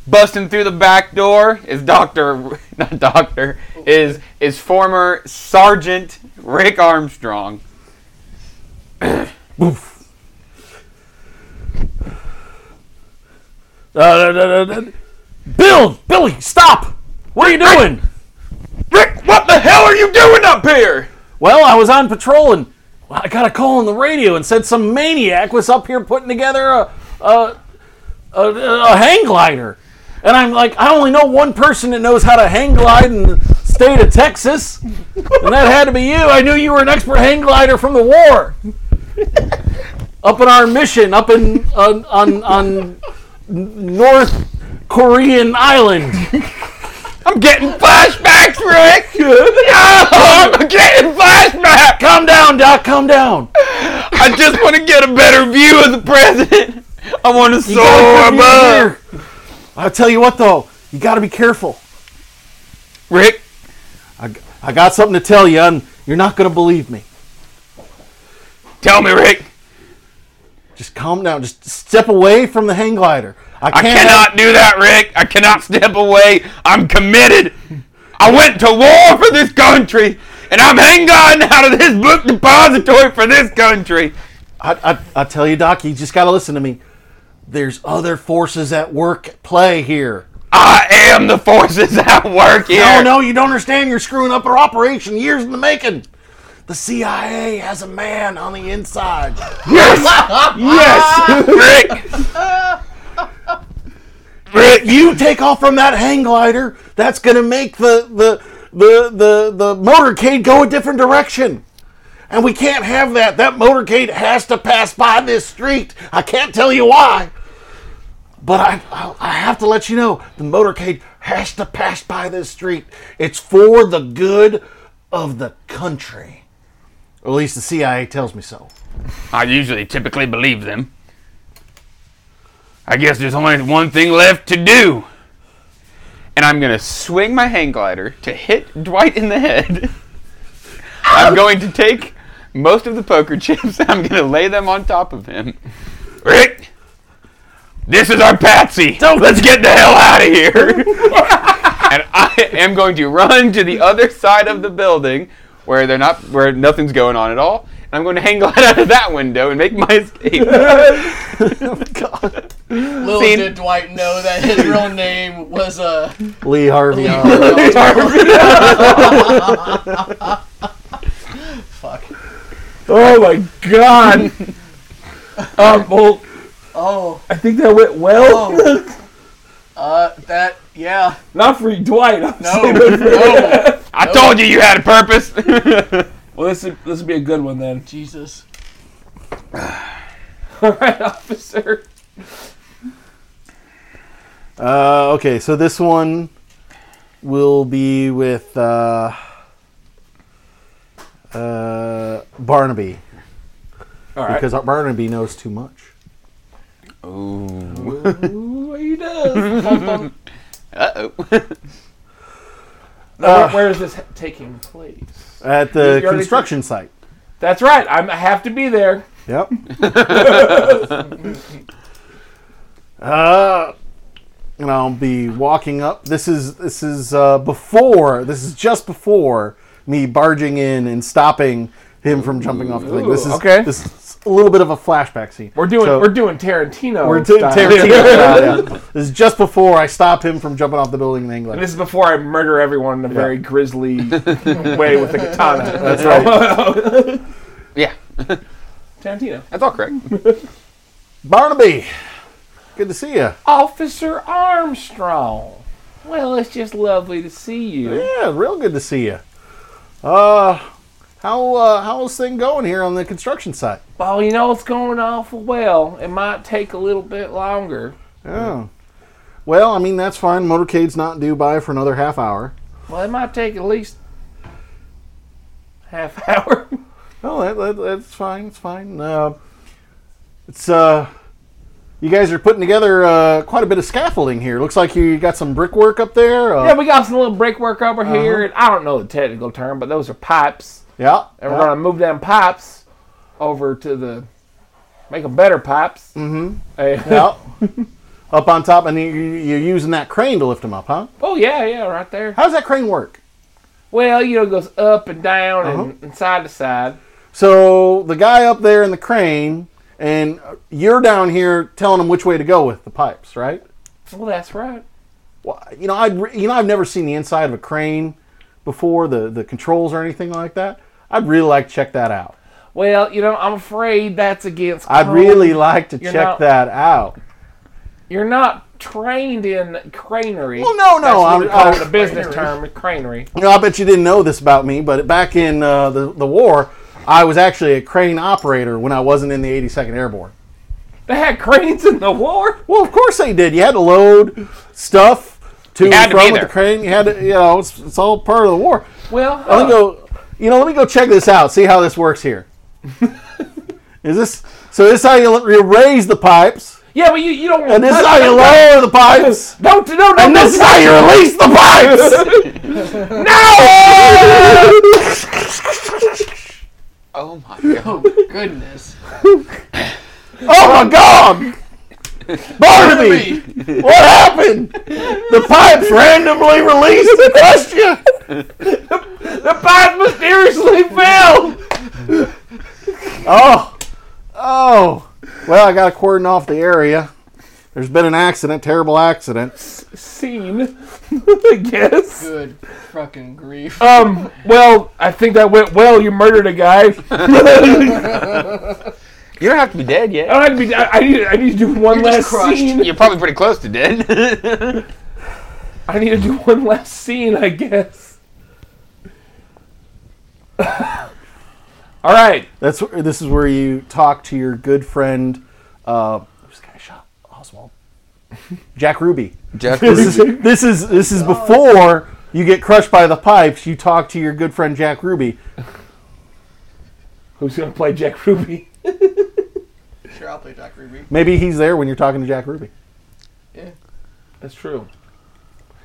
busting through the back door is Dr. (laughs) Not Dr. Is is former Sergeant Rick Armstrong.
Uh, da- da- da- da- Bill, Billy, stop! What are you doing?
Rick, what the hell are you doing up here?
Well, I was on patrol and I got a call on the radio and said some maniac was up here putting together a a, a, a hang glider. And I'm like, I only know one person that knows how to hang glide in the state of Texas, and that had to be you. I knew you were an expert hang glider from the war. up in our mission, up in on on, on North Korean island.
I'm getting flashbacks,
(laughs)
Rick. (laughs) no, I'm getting flashbacks.
Calm down, Doc. Calm down.
I just want to get a better view of the president. I want to soar
gotta come
above.
here. I'll tell you what, though, you got to be careful.
Rick,
I, I got something to tell you, and you're not going to believe me.
tell me, Rick.
Just calm down. Just step away from the hang glider. I,
I
can't
cannot do that, Rick. I cannot step away. I'm committed. I went to war for this country, and I'm hang gliding out of this book depository for this country.
I, I, I tell you, Doc, you just got to listen to me. There's other forces at work at play here.
I am the forces (laughs) at work here.
No, no, you don't understand. You're screwing up our operation years in the making. The CIA has a man on the inside. (laughs)
Yes,
(laughs)
Rick. Rick, you
you take off from that hang glider, that's gonna make the the the the, the motorcade go a different direction. And we can't have that. That motorcade has to pass by this street. I can't tell you why. But I, I, I have to let you know the motorcade has to pass by this street. It's for the good of the country. Or at least the CIA tells me so.
I usually typically believe them. I guess there's only one thing left to do. And I'm going to swing my hang glider to hit Dwight in the head. I'm going to take most of the poker chips (laughs) and I'm going to lay them on top of him. Rick, this is our patsy. Let's get the hell out of here. and I am going to run to the other side of the building where they're not where nothing's going on at (laughs) all. And I'm going to hang glide out of that window and make my escape.
God.
Little
Seen-
did Dwight know that
(laughs)
his real name was uh,
Lee Harvey.
(laughs)
Oswald.
(laughs)
Fuck.
Oh my (laughs) god. um, well,
Oh,
I think that went well.
oh. Uh, that, yeah.
(laughs)
Oh,
Not for Dwight. I'm
No,
saying-
no.
I told you you had a purpose. (laughs)
Well, this would, this would be a good one then. (laughs)
Jesus.
All right, officer.
Uh, okay, so this one will be with uh, uh, Barnaby
All right.
because Barnaby knows too much.
Ooh, he
(laughs)
does. Now,
Uh oh.
where- where is this taking place?
At the
You already-
construction site.
That's right. I'm, I have to be there. (laughs)
Yep. uh, and I'll be walking up. This is this is uh, before. This is just before me barging in and stopping him from jumping off the thing. This is
okay.
This is a little bit of a flashback scene.
We're doing
So-
we're doing Tarantino.
We're doing
style. (laughs)
Tarantino style, yeah. This is just before I stop him from jumping off the building in England.
And this is before I murder everyone in a very
(laughs)
grisly way with a katana.
That's right.
Yeah,
(laughs) Tarantino.
that's all correct.
Barnaby, good to see you.
Officer Armstrong. Well, it's just lovely to see you.
Yeah, real good to see you. Uh, how uh, how's thing going here on the construction site?
Well, you know it's going awful well. It might take a little bit longer.
Oh, well, I mean that's fine. Motorcade's not due by for another half hour.
Well, it might take at least half (laughs) hour.
Oh, that, that, that's fine. It's fine. Uh, it's uh, you guys are putting together uh, quite a bit of scaffolding here. Looks like you got some brickwork up there. Uh,
yeah, we got some little brick work over here, and I don't know the technical term, but those are pipes,
yeah.
and
yeah.
we're gonna move them pipes over to the make them better pipes. Mm-hmm.
Yeah. up on top, and you, you're using that crane to lift them up, huh?
(laughs) oh yeah, yeah, right there.
How does that crane work?
Well, you know, it goes up and down and, and side to side.
So the guy up there in the crane, and you're down here telling him which way to go with the pipes, right?
Well, that's right.
Well, you know, I you know I've never seen the inside of a crane before, the the controls or anything like that. I'd really like to check that out.
Well, you know, I'm afraid that's against.
I'd
code.
really like to
You're
check
not-
that out.
You're not trained in cranery.
Well, no, no,
That's what
I'm-
we call it
I'm-
a business term, cranery.
You know, I bet you didn't know this about me, but back in uh, the the war, I was actually a crane operator when I wasn't in the 82nd Airborne.
They had cranes in the war.
Well, of course they did. You had to load stuff to
had
and
to
from
be
with the
there.
crane. You had to, you know, it's, it's all part of the war.
Well, uh,
Let
huh.
me go. You know, let me go check this out. See how this
(laughs)
works here. Is this so? This is how you, you raise the pipes,
yeah, but you, you don't.
and this is how you lower the
(laughs)
pipes,
Don't no no.
and
no,
this is how you release the
(laughs)
pipes.
Oh my god.
Oh, goodness.
Oh my God, Barnaby, what happened? The pipes randomly released and crushed you.
(laughs)
the pipe mysteriously fell.
Oh, oh. Well, I got to cordon off the area. There's been an accident, terrible accident.
Scene, (laughs) I guess.
Good fucking grief.
Um. Well, I think that went well. You murdered
(laughs)
a guy.
You don't have to be dead yet.
I'd be. I, I need. I need to do one
You're
last
just crushed.
scene.
You're probably pretty close to dead. (laughs)
I need to do one last scene, I guess. (laughs) All right.
That's wh- this is where you talk to your good friend. Uh, who's the guy I shot? Oswald. Jack Ruby.
Jack
This is this is this is before you get crushed by the pipes. You talk to your good friend Jack Ruby.
Who's gonna play Jack (laughs) Ruby?
Sure, I'll play Jack Ruby.
Maybe he's there when you're talking to Jack Ruby,
Yeah.
That's true.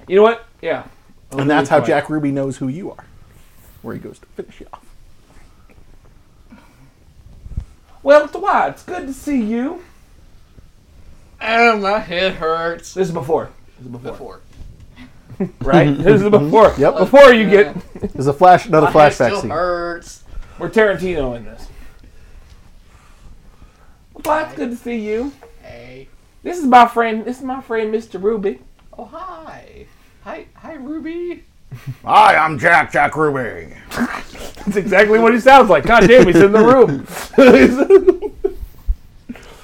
You know what? Yeah.
and that's how Jack Ruby knows who you are. Where he goes to finish you off.
Well, Dwight, it's good to see you.
Oh, my head hurts.
This is before,
Before.
(laughs) right? this is before.
Yep.
Before you get,
There's a flash, another
My head
flashback
still
scene.
hurts.
we're Tarantino in this. Dwight, it's good to see you.
Hey.
This is my friend. This is my friend, Mr. Ruby. (laughs)
Oh hi, hi, hi, Ruby.
Hi, I'm Jack Jack Ruby.
That's exactly what he sounds like. God damn, he's in the room.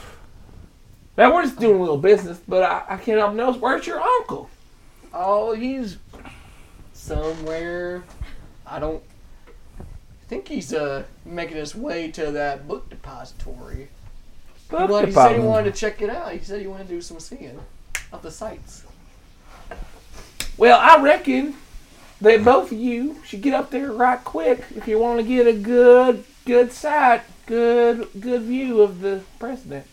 (laughs) now we're just doing a little business, but I, I can't help notice. Where's your uncle?
Oh, he's somewhere. I don't I think he's uh making his way to that book depository. well,
Book
he said he
department.
wanted to check it out. He said he wanted to do some seeing of the sights.
Well, I reckon that both of you should get up there right quick if you want to get a good, good sight, good, good view of the president.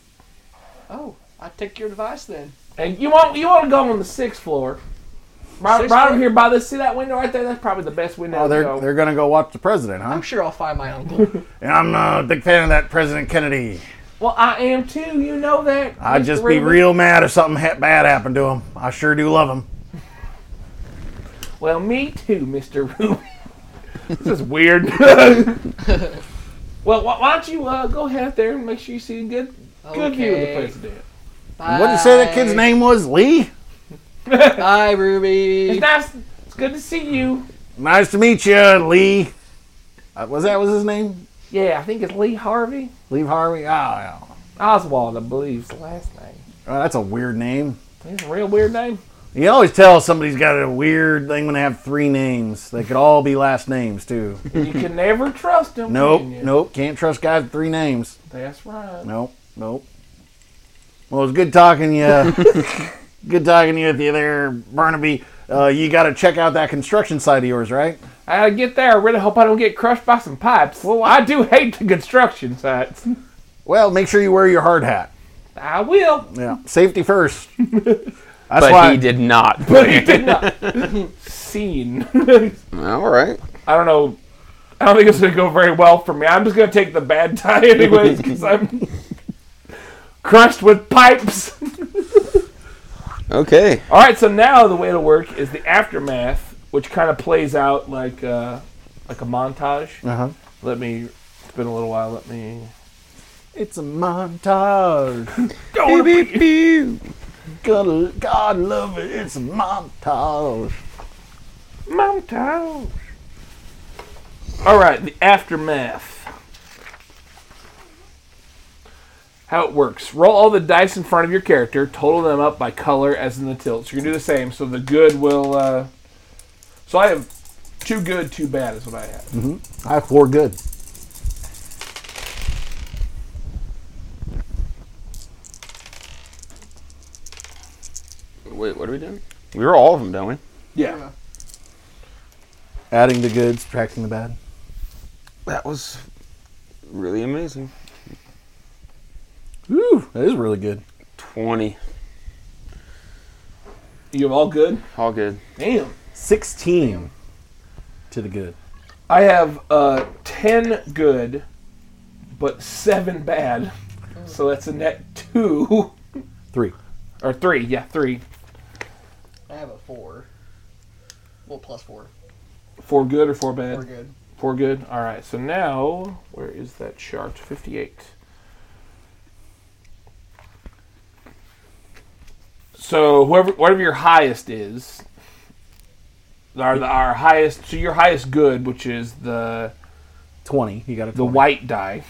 Oh, I take your advice then.
And you want you want to go on the sixth floor, right,
Sixth
right
floor?
over here by the see that window right there. That's probably the best window.
Oh,
to
they're
go.
they're gonna go watch the president, huh?
I'm sure I'll find my
(laughs)
uncle.
And I'm uh, a big fan of that President Kennedy.
Well, I am too. You know that.
I'd
Mr.
just be
Rubin.
real mad if something ha- bad happened to him. I sure do love him.
Well, me too, Mister (laughs) Ruby. this is weird. well, why, why don't you uh, go ahead up there and make sure you see a good, good view of the
Okay.
president.
What did you say that kid's name was? Lee?
Hi,
It's
Ruby.
nice. It's good to see you.
Nice to meet you, Lee. Uh, was that was his name?
Yeah, I think it's Lee Harvey
Lee Harvey? Oh, yeah.
Oswald, I believe, is the last name.
Oh, that's a weird name.
It's a real weird name.
You always tell somebody's got a weird thing when they have three names. They could all be last names, too.
You can never trust him.
Nope,
can you?
nope. Can't trust guys with three names.
That's right.
Nope, nope. Well, it was good talking to you. (laughs) good talking to you with you there, Barnaby. Uh, you got to check out that construction site of yours, right?
I gotta get there. I really hope I don't get crushed by some pipes. Well, I do hate the construction sites.
Well, make sure you wear your hard hat.
I will.
Yeah, safety (laughs) first. That's
But
why.
he did
(laughs)
not.
But he did not. Scene. (laughs) I
All right.
don't know. I don't think it's gonna go very well for me. I'm just gonna take the bad (laughs) tie anyways because I'm crushed with pipes.
Okay.
All right, so now the way it'll work is the aftermath, which kind of plays out like uh, like a montage.
Uh-huh.
Let me. It's been a little while. Let me.
It's a montage.
Go
God, God love it. It's a montage.
montage. All right, the aftermath. How it works: roll all the dice in front of your character, total them up by color as in the tilt. So you can do the same. So the good will. Uh, so I have two good, two bad is what I have.
I have four good.
Wait, what are we doing? We were all of them, don't we?
Yeah.
Adding the good, subtracting the bad.
That was really amazing.
Ooh, that is really good.
20.
You have all good.
All good.
Damn.
Sixteen to the good.
I have uh, 10 good, but 7 bad. So that's a net 2.
Three.
(laughs) Or 3, yeah, 3.
I have a four. Well, plus four.
4 good or 4
We're
bad?
good.
4 good. Alright, so now, where is that chart? 58. So whoever, whatever your highest is, our, our highest, so your highest good, which is the
Twenty. You got it.
the white die.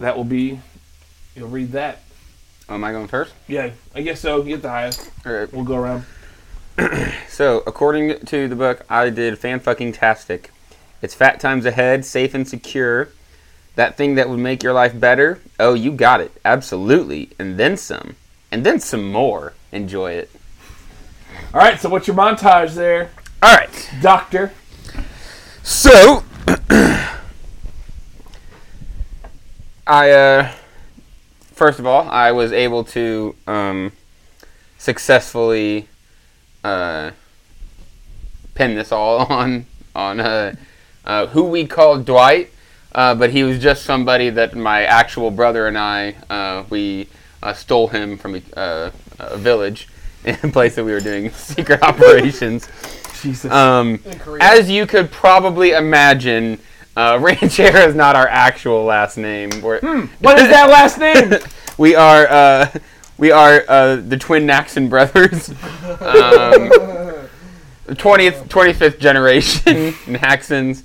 That will be. You'll read that.
Am I going first?
Yeah, I guess so. Get the highest.
All right.
We'll go around.
So, according to the book, I did fan fucking tastic. It's fat times ahead, safe and secure. That thing that would make your life better. Oh, you got it. Absolutely. And then some. And then some more. Enjoy it.
All right. So what's your montage there,
All right.
Doctor?
So, I, uh, first of all, I was able to um, successfully uh, pin this all (laughs) on on uh, uh, who we called Dwight, uh, but he was just somebody that my actual brother and I uh, we uh, stole him from a, uh, a village (laughs) in a place that we were doing (laughs) secret operations.
Jesus.
Um,
In Korea.
as you could probably imagine, uh, Uh, (laughs) Ranchero is not our actual last name. We're,
Hmm.
What is that last name?
we are uh, we are uh, the twin Naxon brothers. Um, (laughs) 20th 25th generation (laughs) Naxons.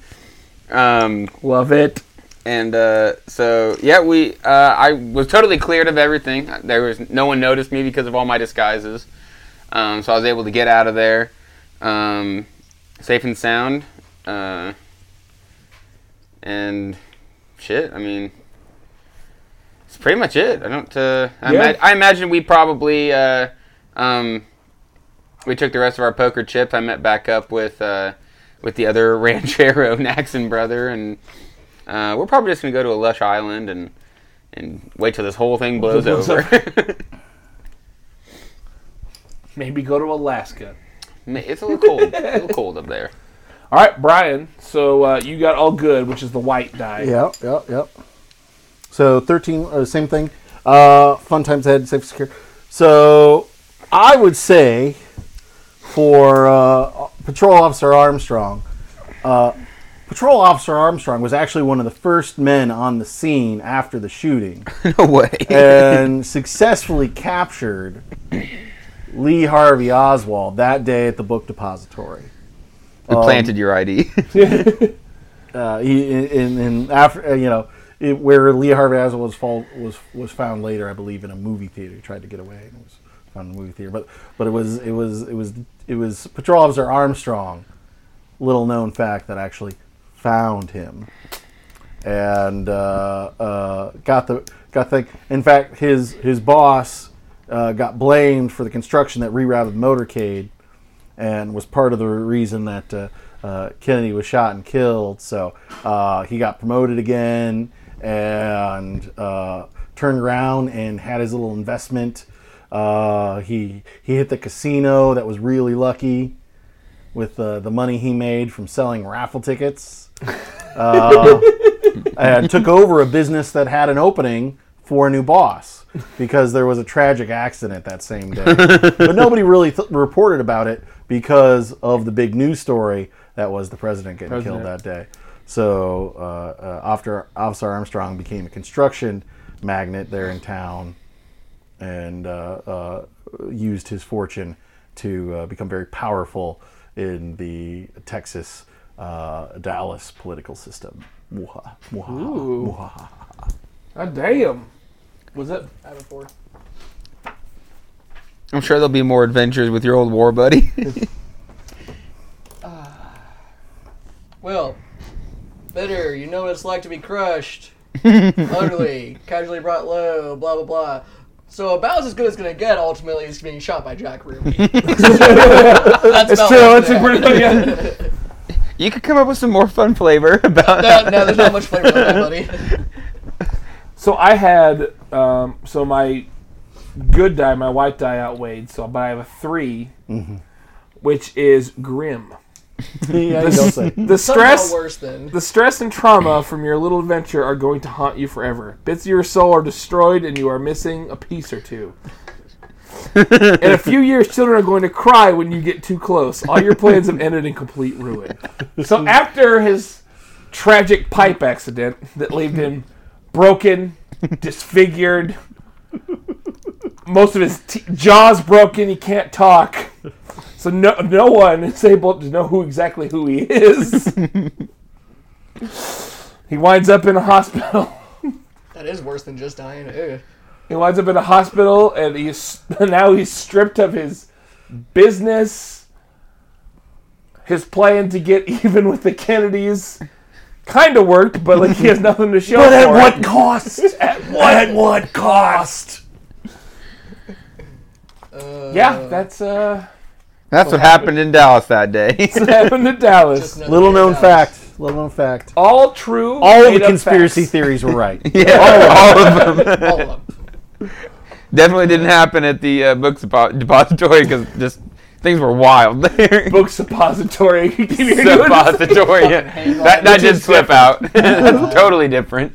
Um,
Mm-hmm. Love it.
and uh, so yeah, we uh, I was totally cleared of everything. There was no one noticed me because of all my disguises, um, so I was able to get out of there um, safe and sound. Uh, and shit, I mean, it's pretty much it. I don't. Uh, I,
Yeah.
ima- I imagine we probably uh, um, we took the rest of our poker chips. I met back up with uh, with the other (laughs) ranchero Naxon brother and. Uh, we're probably just gonna go to a lush island and and wait till this whole thing (laughs) blows
blows
over.
(laughs) Maybe go to Alaska.
Ma- it's a little cold, a little cold up there.
All right, Brian. So uh, you got all good, which is the white die.
Yep, yep, yep. So 13, uh, same thing. Uh, fun times ahead, safe, secure. So I would say for uh, Patrol Officer Armstrong, uh, Patrol Officer Armstrong was actually one of the first men on the scene after the shooting
(laughs) No way.
and successfully captured Lee Harvey Oswald that day at the book depository.
we planted your ID.
uh, he, in in Af- uh, you know it, where Lee Harvey Oswald was, fall, was was found later, I believe, in a movie theater. He tried to get away and was found in a movie theater. But but it was it was it was it was Patrol Officer Armstrong, little known fact that actually found him and uh, uh, got the got the. In fact, his his boss uh, got blamed for the construction that rerouted the motorcade, and was part of the reason that uh, uh, Kennedy was shot and killed. So uh, he got promoted again and uh, turned around and had his little investment. Uh, he he hit the casino that was really lucky with uh, the money he made from selling raffle tickets and took over a business that had an opening for a new boss because there was a tragic accident that same day. but nobody really th- reported about it because of the big news story that was the president getting killed that day. So uh, uh, after Officer Armstrong became a construction magnate there in town and uh, uh, used his fortune to uh, become very powerful in the Texas uh, Dallas political system. Mwahaha, mwahaha, mwahaha.
Ah, damn. Was that?
I have a four.
(laughs) I'm sure there'll be more adventures with your old war buddy. (laughs)
Well, bitter, you know what it's like to be crushed. Ugly, casually brought low, blah blah blah. So about as good as it's gonna get ultimately is being shot by Jack Ruby. (laughs) That's about
So
like
it's a
that.
(laughs) pretty. Yeah.
you could come up with some more fun flavor (laughs) about.
No, no, there's not much flavor left, buddy.
So I had. Um, so my good die, my white die outweighed. So, but I have a 3 which is grim.
(laughs) Yeah, you don't say.
The stress.
Somehow worse than
The stress and trauma from your little adventure are going to haunt you forever. Bits of your soul are destroyed, and you are missing a piece or two. In a few years, children are going to cry when you get too close. All your plans have ended in complete ruin. So, after his tragic pipe accident that left him broken, disfigured, most of his t- jaws broken, he can't talk. So, no, no one is able to know who exactly who he is. He winds up in a hospital. (laughs)
that is worse than just dying. Ew.
He winds up in a hospital, and he's (laughs) now he's stripped of his business, his plan to get (laughs) even with the Kennedys. Kind of worked, but like he has nothing to
(laughs)
show for (laughs) it.
cost? At what, at what cost?
Uh,
Yeah, that's uh, (laughs)
That's what happened in Dallas that day.
what happened to
just
Dallas.
another
Little
day
known
out.
fact. Little known fact.
All true.
All the
made-up
conspiracy
facts.
theories
(laughs)
were right.
yeah, (laughs) all of them.
All of them.
(laughs) Definitely didn't happen at the uh, book depo- depository because just things were wild (laughs) there.
book
(laughs)
suppository. (laughs)
(laughs)
depository.
hang
yeah.
on.
That, that
Which
did slip out. (laughs) That's totally different.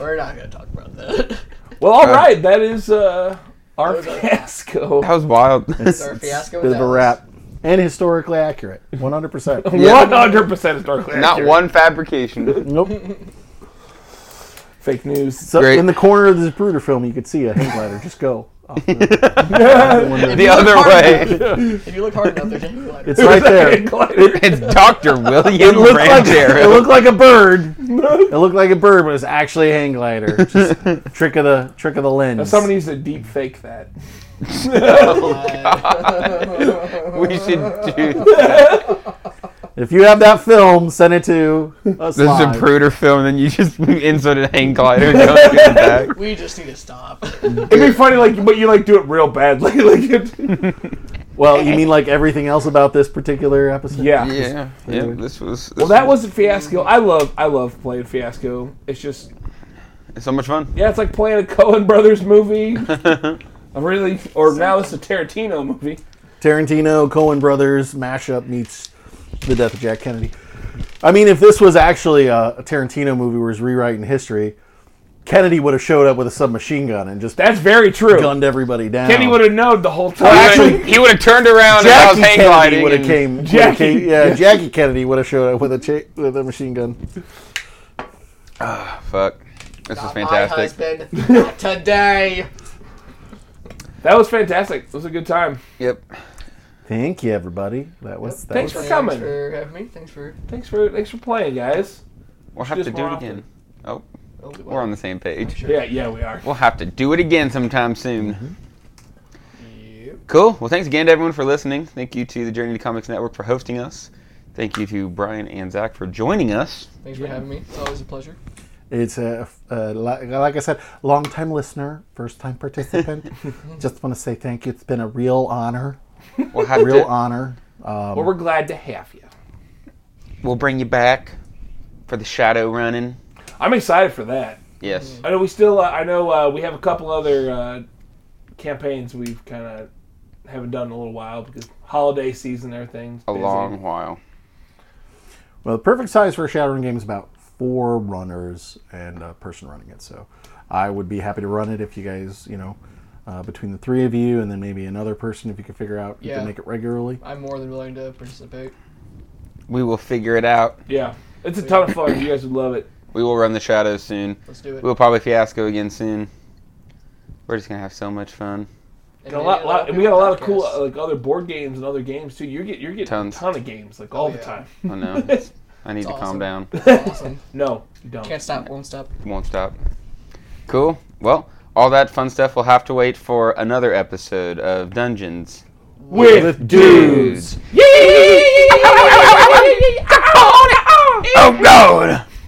We're not gonna talk about that. (laughs)
well, all right, that is uh, our fiasco.
That was wild.
Sorry,
It's
(laughs)
fiasco.
Bit
with
of a
Dallas.
wrap. and historically accurate.
(laughs)
100%.
Yeah.
100% historically
Not
accurate.
one fabrication.
nope.
Fake news. (laughs)
So
Great.
in the corner of this Bruder film, you could see a hang glider. Just go. off the- one of the-
The other way.
If you look hard enough, there's anything like
(laughs) it's right there.
It's Dr. William
looked like,
(laughs)
it
Ranchero.
looked like
(laughs)
a bird. It looked like a bird, but it's actually a
(laughs)
hang glider. Just trick of the trick of the lens.
Somebody needs to deep fake that.
we should do
If you have that film, send it to us.
this
live.
is a Pruder film, and then you just (laughs) insert a hang glider. Don't do it back.
We just need to stop.
It'd be funny, like, but you like do it real bad, like, (laughs) like it,
well, you mean like everything else about this particular episode?
yeah.
Yeah, yeah. This was this
Well, that was a fiasco. I love, I love playing fiasco. It's just,
it's so much fun.
yeah, it's like playing a Cohen Brothers (laughs) movie. A really, or now it's a Tarantino movie.
Tarantino, Cohen Brothers mashup meets the death of Jack Kennedy. I mean, if this was actually a, a Tarantino movie where he's rewriting history, Kennedy would have showed up with a submachine gun and just
That's very true.
gunned everybody down.
Kenny would have known the whole time.
actually-
he would have turned around and I was
Jackie
hang
Kennedy
gliding.
would have
and-
came. would've
Jackie.
came- yeah, Jackie Kennedy would have showed up with a cha- with a machine gun.
Fuck, this is
My
fantastic.
husband, not today.
that was fantastic. It was a good time.
Yep.
Thank you, everybody. That was that
Thanks
was
for coming.
Thanks for having me. Thanks for.
Thanks for, thanks for playing, guys.
We'll have
Just
to do
more
it
often.
again. Oh,
Oh,
we're on the same page.
Sure.
Yeah, yeah, we are.
We'll have to do it again sometime soon.
Yep.
Cool. Well, thanks again to everyone for listening. Thank you to the Journey to Comics Network for hosting us. Thank you to Brian and Zach for joining us.
Thanks for having me. It's always a pleasure.
It's a, uh, like, like I said, long time listener, first time
(laughs)
participant. Just want to say thank you. It's been a real honor,
We'll have
real
to.
honor. Um,
Well, we're glad to have you.
We'll bring you back for the shadow running.
I'm excited for that.
Yes.
I know we still. Uh, I know uh, we have a couple other uh, campaigns we've kind of haven't done in a little while because holiday season, everything's
A
busy.
long while.
well, the perfect size for a Shadowrun game is about four runners and a person running it. So, I would be happy to run it if you guys, you know, uh, between the three of you and then maybe another person if you could figure out you
Yeah.
can make it regularly.
I'm more than willing to participate.
We will figure it out.
Yeah, it's a ton of fun. You guys would love (laughs) it.
We will run the shadows soon.
Let's do it.
We'll probably fiasco again soon. We're just gonna have so much fun.
And
Got a
maybe
lot, lot, and we got a
people
lot of cool
podcasts.
uh, like other board games and other games too. You're getting you're getting
Tons.
a ton of games like all
Oh,
the
yeah.
time.
Oh no, I need to calm
awesome.
down.
awesome.
No, you don't.
Can't stop, won't stop.
Won't stop. Cool. Well, all that fun stuff will have to wait for another episode of Dungeons
With,
Dudes.
Yee!
Oh no!